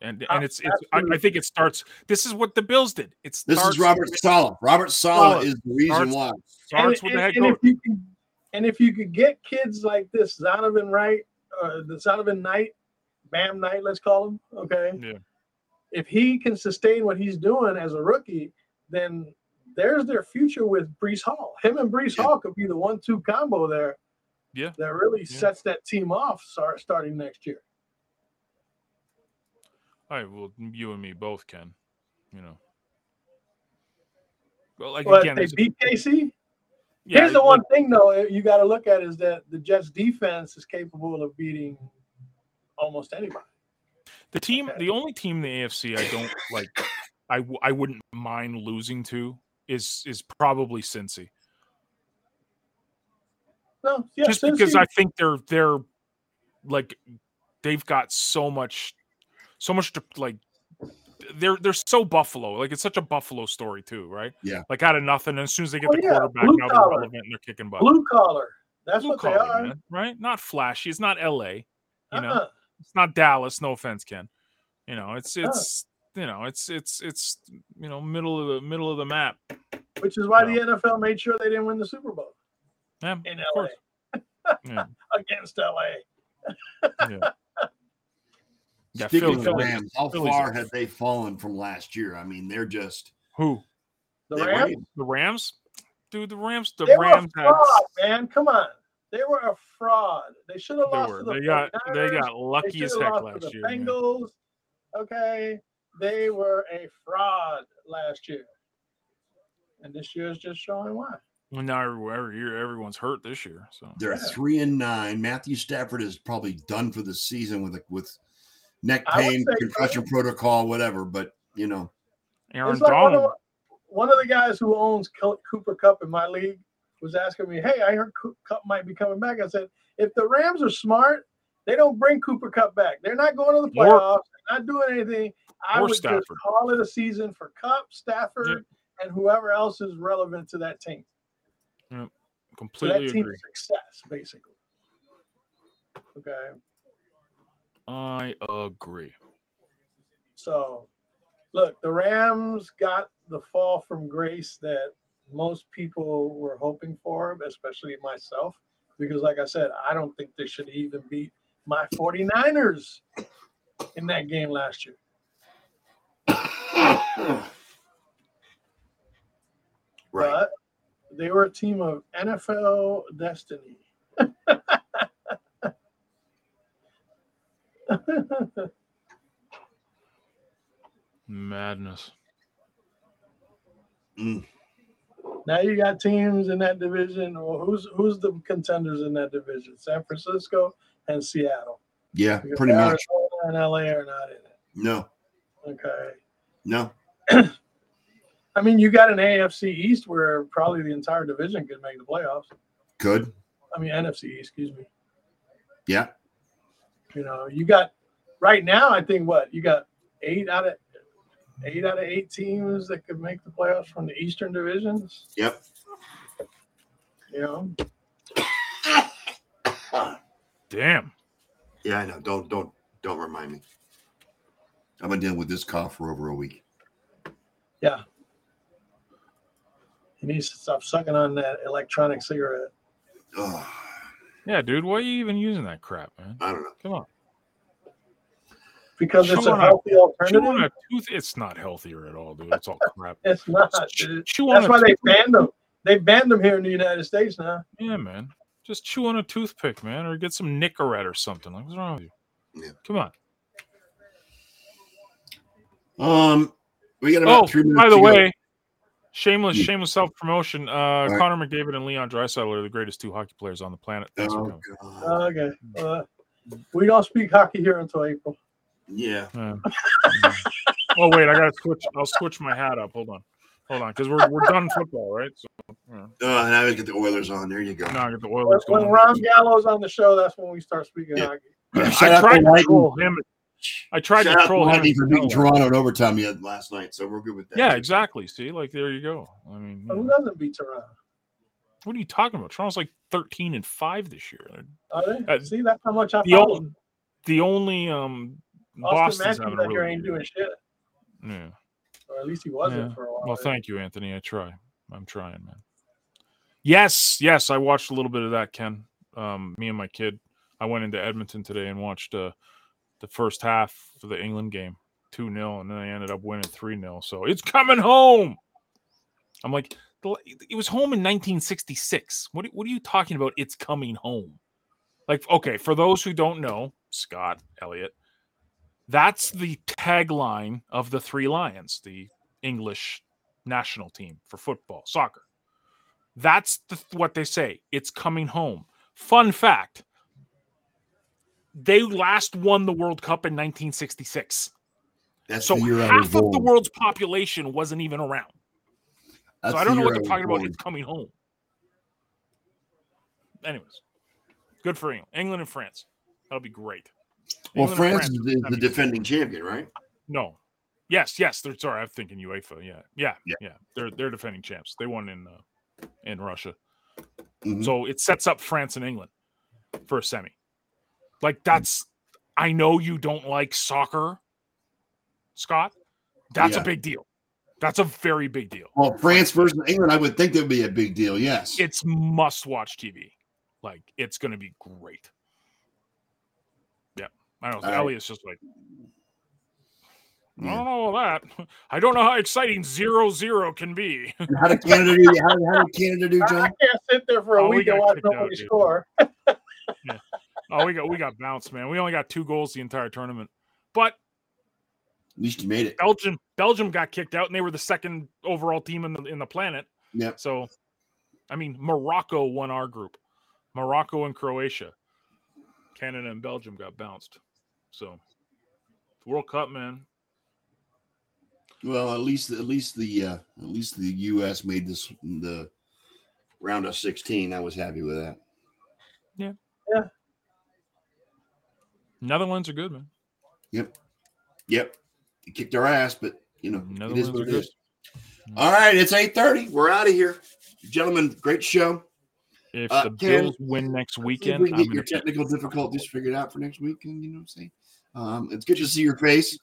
S3: And
S1: Uh,
S3: and it's it's I, I think it starts this is what the Bills did. It
S2: This
S3: starts
S2: is Robert Sala. Robert Sala
S3: Saleh.
S2: is the reason
S3: Starts-
S2: why.
S3: starts with the head coach.
S1: if you can, and if you could get kids like this, Zonovan Wright, uh, the Zonovan Knight, Bam Knight, let's call him. Okay.
S3: Yeah.
S1: If he can sustain what he's doing as a rookie, then there's their future with Brees Hall. Him and Brees
S2: Yeah.
S1: Hall could be the one-two combo there.
S3: Yeah.
S1: That really
S3: Yeah.
S1: sets that team off start, starting next year.
S3: All right, well, you and me both can, you know. Well, like
S1: But
S3: again,
S1: they
S3: it's-
S1: beat KC.
S3: yeah,
S1: Here's the
S3: like-
S1: one thing though eh, you got to look at is that the Jets defense is capable of beating almost anybody.
S3: The team,
S1: Okay.
S3: the only team in the AFC I don't like, I w- I wouldn't mind losing to is is probably Cincy,
S1: No, yeah,
S3: just because
S1: Cincy-
S3: I think they're they're like they've got so much, so much to like. They're they're so Buffalo, like it's such a Buffalo story too, right?
S2: Yeah.
S3: like out of nothing, and as soon as they get
S1: Oh,
S3: the
S1: yeah,
S3: quarterback,
S1: blue
S3: now they're
S1: collar.
S3: relevant and they're kicking butt.
S1: blue collar. That's
S3: Blue
S1: what they
S3: collar,
S1: are.
S3: man, right? Not flashy. It's not L.A. You know,
S1: Uh-uh.
S3: it's not Dallas. No offense, Ken. You know, it's it's you know, it's it's it's you know, middle of the middle of the map.
S1: Which is why
S3: No.
S1: the NFL made sure they didn't win the Super Bowl
S3: Yeah,
S1: in
S3: of
S1: LA
S3: course. Yeah.
S1: against LA.
S3: Yeah,
S2: Speaking
S3: Philly-
S2: of the
S3: Philly-
S2: Rams, how
S3: Philly's
S2: far
S3: a-
S2: have they fallen from last year? I mean, they're just
S3: Who?
S1: The
S2: They
S1: Rams,
S2: win.
S3: The Rams? Dude, the Rams. The
S1: they
S3: Rams.
S1: were
S3: Had,
S1: a fraud, man. Come on. They were a fraud. They should have
S3: they
S1: lost
S3: were.
S1: to the
S3: They got. They
S1: 49ers.
S3: got
S1: They
S3: lucky
S1: should
S3: as
S1: have
S3: heck
S1: lost to
S3: last
S1: the
S3: year. man.
S1: Bengals. Okay. They were a fraud last year. And this year is just showing why.
S3: And now every, every year, everyone's hurt this year. So
S2: they're
S1: Yeah.
S2: three and nine. Matthew Stafford is probably done for the season with a, with neck
S1: I would
S2: pain,
S1: say-
S2: concussion protocol, whatever. But you know,
S3: Aaron
S1: It's like one, of,
S3: Donald.
S1: one of the guys who owns Co- Cooper Cup in my league was asking me, "Hey, I heard Coo- Cup might be coming back." I said, "If the Rams are smart, they don't bring Cooper Cup back. They're not going to the
S3: Or-
S1: playoffs. They're not doing anything. I
S3: Or
S1: would just
S3: Stafford.
S1: call it a season for Cup, Stafford, and whoever else is relevant to that team. To that
S3: Completely
S1: team's
S3: agree.
S1: success, basically." Okay,
S3: I agree.
S1: so look, the Rams got the fall from grace that most people were hoping for, especially myself, because like I said, I don't think they should even beat my 49ers in that game last year.
S2: right?
S1: But they were a team of NFL destiny.
S3: Madness.
S1: Now you got teams in that division. Well, who's who's the contenders in that division? San Francisco and Seattle.
S2: yeah,
S1: Because
S2: pretty much.
S1: Arizona And LA are not in
S2: No,
S1: it. Okay.
S2: no,
S1: I mean, you got an AFC East where probably the entire division could make the playoffs.
S2: good.
S1: I mean, NFC, East, excuse me.
S2: Yeah,
S1: You know, you got right now. I think what you got eight out of eight out of eight teams that could make the playoffs from the Eastern divisions.
S2: Yep.
S1: You know,
S3: Damn.
S2: yeah. I know. Don't, don't, don't remind me. I've been dealing with this cough for over a week.
S1: he needs to stop sucking on that electronic cigarette.
S2: Ugh,
S3: Yeah, dude. Why are you even using that crap, man?
S1: Uh,
S2: I don't know.
S3: Come on.
S1: Because it's
S3: Chew
S1: a
S3: on a-
S1: healthy
S3: Chew on
S1: alternative.
S3: a tooth. It's not healthier at all, dude. It's all crap.
S1: It's not.
S3: Chew
S1: dude.
S3: chew on
S1: That's
S3: a
S1: why they
S3: tooth-
S1: banned them. They banned them here in the United States now.
S3: Yeah, man. Just chew on a toothpick, man, or get some Nicorette or something. Like, what's wrong with you?
S2: Yeah.
S3: Come on.
S2: Um, we got about
S3: Oh,
S2: three minutes.
S3: by
S2: to
S3: the
S2: go.
S3: way, shameless,
S2: Hmm.
S3: shameless self promotion. Uh,
S2: right.
S3: Connor McDavid and Leon Draisaitl are the greatest two hockey players on the planet. Thanks for
S2: Oh,
S3: coming.
S2: God.
S1: Okay. Uh, we don't speak hockey here until April.
S2: Yeah.
S3: Yeah. oh wait, I gotta switch. I'll switch my hat up. Hold on, hold on, because we're we're done football, right? So
S2: Uh, and I always get the Oilers on. There you go.
S3: now I get the Oilers
S1: When- When
S3: going.
S1: Ron Gallo's on the show, that's when we start speaking
S2: Yeah.
S1: hockey.
S3: I tried to troll him. I tried
S2: Shout
S3: to
S2: out
S3: troll him.
S2: Lightning for beating
S3: No.
S2: Toronto in overtime yet last night, so we're good with that.
S3: Yeah, exactly. See, like there you go. I mean, you
S1: Who
S3: know.
S1: doesn't beat Toronto?
S3: what are you talking about? Toronto's like thirteen and five this year. They're
S1: Are they?
S3: Uh,
S1: See, that's how much I
S3: the
S1: follow.
S3: old- The only um
S1: Austin
S3: Boston's
S1: Matthews
S3: having
S1: that
S3: a
S1: year
S3: really
S1: ain't
S3: good
S1: doing shit,
S3: year. Yeah.
S1: or at least he wasn't
S3: Yeah.
S1: for a while.
S3: Well, thank you, Anthony. I try. I'm trying, man. Yes, yes, I watched a little bit of that, Ken. Um, me and my kid. I went into Edmonton today and watched uh, the first half for the England game, 2 0, and then I ended up winning 3 0. So it's coming home. I'm like, the- it was home in 1966. What, are- what are you talking about? It's coming home. Like, okay, for those who don't know, Scott, Elliot, that's the tagline of the Three Lions, the English national team for football, soccer. That's the, what they say. It's coming home. Fun fact they last won the World Cup in 1966.
S2: That's
S3: So
S2: the year I was
S3: half of the
S2: born.
S3: world's population wasn't even around.
S2: That's
S3: so I don't know
S2: year
S3: what they're
S2: was
S3: talking about.
S2: born.
S3: It's coming home. Anyways, good for England. England and France. That'll be great.
S2: Well,
S3: England and
S2: France is the,
S3: that'd
S2: the
S3: be-
S2: defending champion, right?
S3: No. Yes, yes. They're sorry. I'm thinking UEFA. Yeah, yeah,
S2: Yeah.
S3: yeah. They're they're defending champs. They won in uh, in Russia.
S2: Mhm.
S3: So it sets up France and England for a semi. Like that's. I know you don't like soccer, Scott. That's
S2: Yeah.
S3: a big deal. That's a very big deal.
S2: Well, France versus England, I would think that would be a big deal. Yes.
S3: It's must watch TV. Like it's going to be great. Yeah, I don't.
S2: All right.
S3: Elliot's just like. I
S2: Yeah.
S3: don't know all that. I don't know how exciting zero zero can be.
S2: And how did Canada do? How did, how did Canada do,
S1: I, I
S2: John?
S1: can't sit there for a
S3: Oh, we
S1: week and
S3: got
S1: watch
S3: kicked out,
S1: nobody
S3: dude.
S1: score.
S3: Oh, we got we got bounced, man. We only got two goals the entire tournament. But
S2: At least you made it.
S3: Belgium Belgium got kicked out, and they were the second overall team in the in the planet.
S2: Yep.
S3: So, I mean, Morocco won our group. Morocco and Croatia, Canada and Belgium got bounced. So World Cup, man.
S2: Well, at least at least the uh, at least the U.S. made this the round of 16. I was happy with that.
S3: Netherlands are good, man.
S2: Yep, yep. It kicked our ass, but you know it
S3: Netherlands
S2: is what
S3: are
S2: it
S3: good.
S2: is. All right, it's 8:30. We're out of here, gentlemen. Great show.
S3: If
S2: Uh,
S3: the
S2: Ken,
S3: Bills win next
S2: See if
S3: weekend,
S2: we can
S3: I'm
S2: get
S3: gonna
S2: your technical difficulties figured out for next week. And you know what I'm saying? Um, it's good to see your face.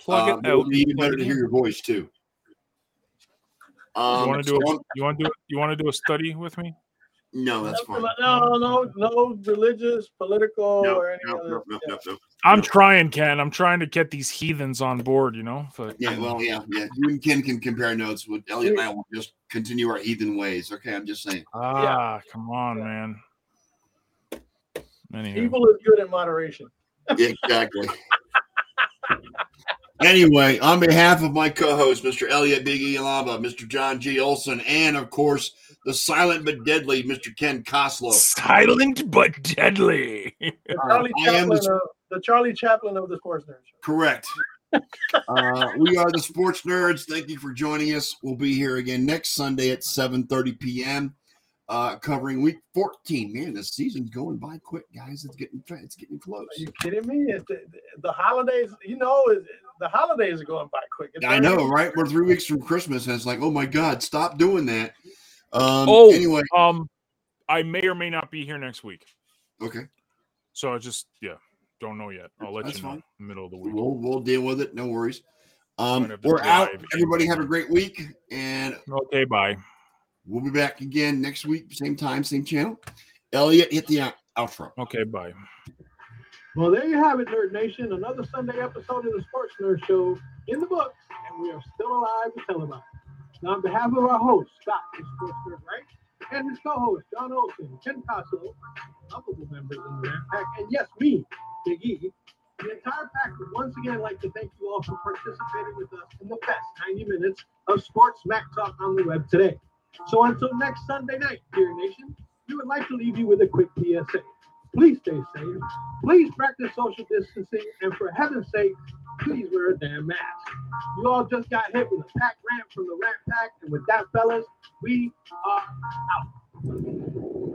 S3: plug
S2: Um,
S3: it
S2: it'll
S3: out.
S2: be even
S3: plug
S2: better
S3: it
S2: to
S3: in.
S2: hear your voice too. Um,
S3: you want to do? A,
S2: so-
S3: you want to do? You want to do a study with me?
S2: no, that's fine.
S8: Nothing like- No, no, no religious, political,
S2: No,
S8: or any
S2: no,
S8: other.
S2: no, no,
S8: yeah.
S2: no, no.
S3: I'm
S2: No.
S3: trying, Ken. I'm trying to get these heathens on board. You know, but
S2: Yeah, well, yeah, yeah. You and Ken can compare notes. With Elliot and I will just continue our heathen ways. Okay, I'm just saying.
S3: ah, come on, man. Anyway,
S8: Evil is good in moderation.
S2: Exactly. anyway, on behalf of my co-host, Mr. Elliot Big E Lava, Mr. John G. Olson, and of course the silent but deadly Mr. Ken Coslow.
S3: silent but deadly.
S8: The
S2: Uh,
S8: Charlie
S2: I am
S8: Chaplin,
S2: the-
S8: of, the Charlie Chaplin of the sports nerd. Show.
S2: Correct. uh, we are the sports nerds. Thank you for joining us. We'll be here again next Sunday at 7:30 p.m. Uh, covering week 14. Man, the season's going by quick, guys. It's getting it's getting close.
S8: Are you kidding me? It, the, the holidays, you know, it, the holidays are going by quick. It's
S2: I know,
S8: already-
S2: right? We're three weeks from Christmas, and it's like, oh my God, stop doing that. Um,
S3: Oh.
S2: anyway,
S3: um, I may or may not be here next week,
S2: okay,
S3: so I just yeah, don't know yet. I'll let
S2: That's
S3: you know
S2: fine.
S3: middle of the week.
S2: we'll we'll deal with it. No worries.
S3: Might
S2: Um,
S3: have to
S2: we're
S3: stay
S2: out.
S3: live.
S2: Everybody have a great week, and
S3: Okay, bye.
S2: we'll be back again next week, same time, same channel. Elliot, hit the out- outro.
S3: Okay, bye.
S1: Well, there you have it, Nerd Nation. Another Sunday episode of the Sports Nerd Show in the books, and we are still alive to tell about it. Now, on behalf of our host, Scott, the Sports Nerd, right? And his co host, John Olson, Ken Tasso, lovable members in the Rat Pack, and yes, me, Big E. The entire pack would once again like to thank you all for participating with us in the best 90 minutes of Sports Mac Talk on the web today. So until next Sunday night, dear nation, we would like to leave you with a quick PSA. Please stay safe. Please practice social distancing, and for heaven's sake, please wear a damn mask. You all just got hit with a pack rant from the Rat Pack, and with that, fellas, we are out.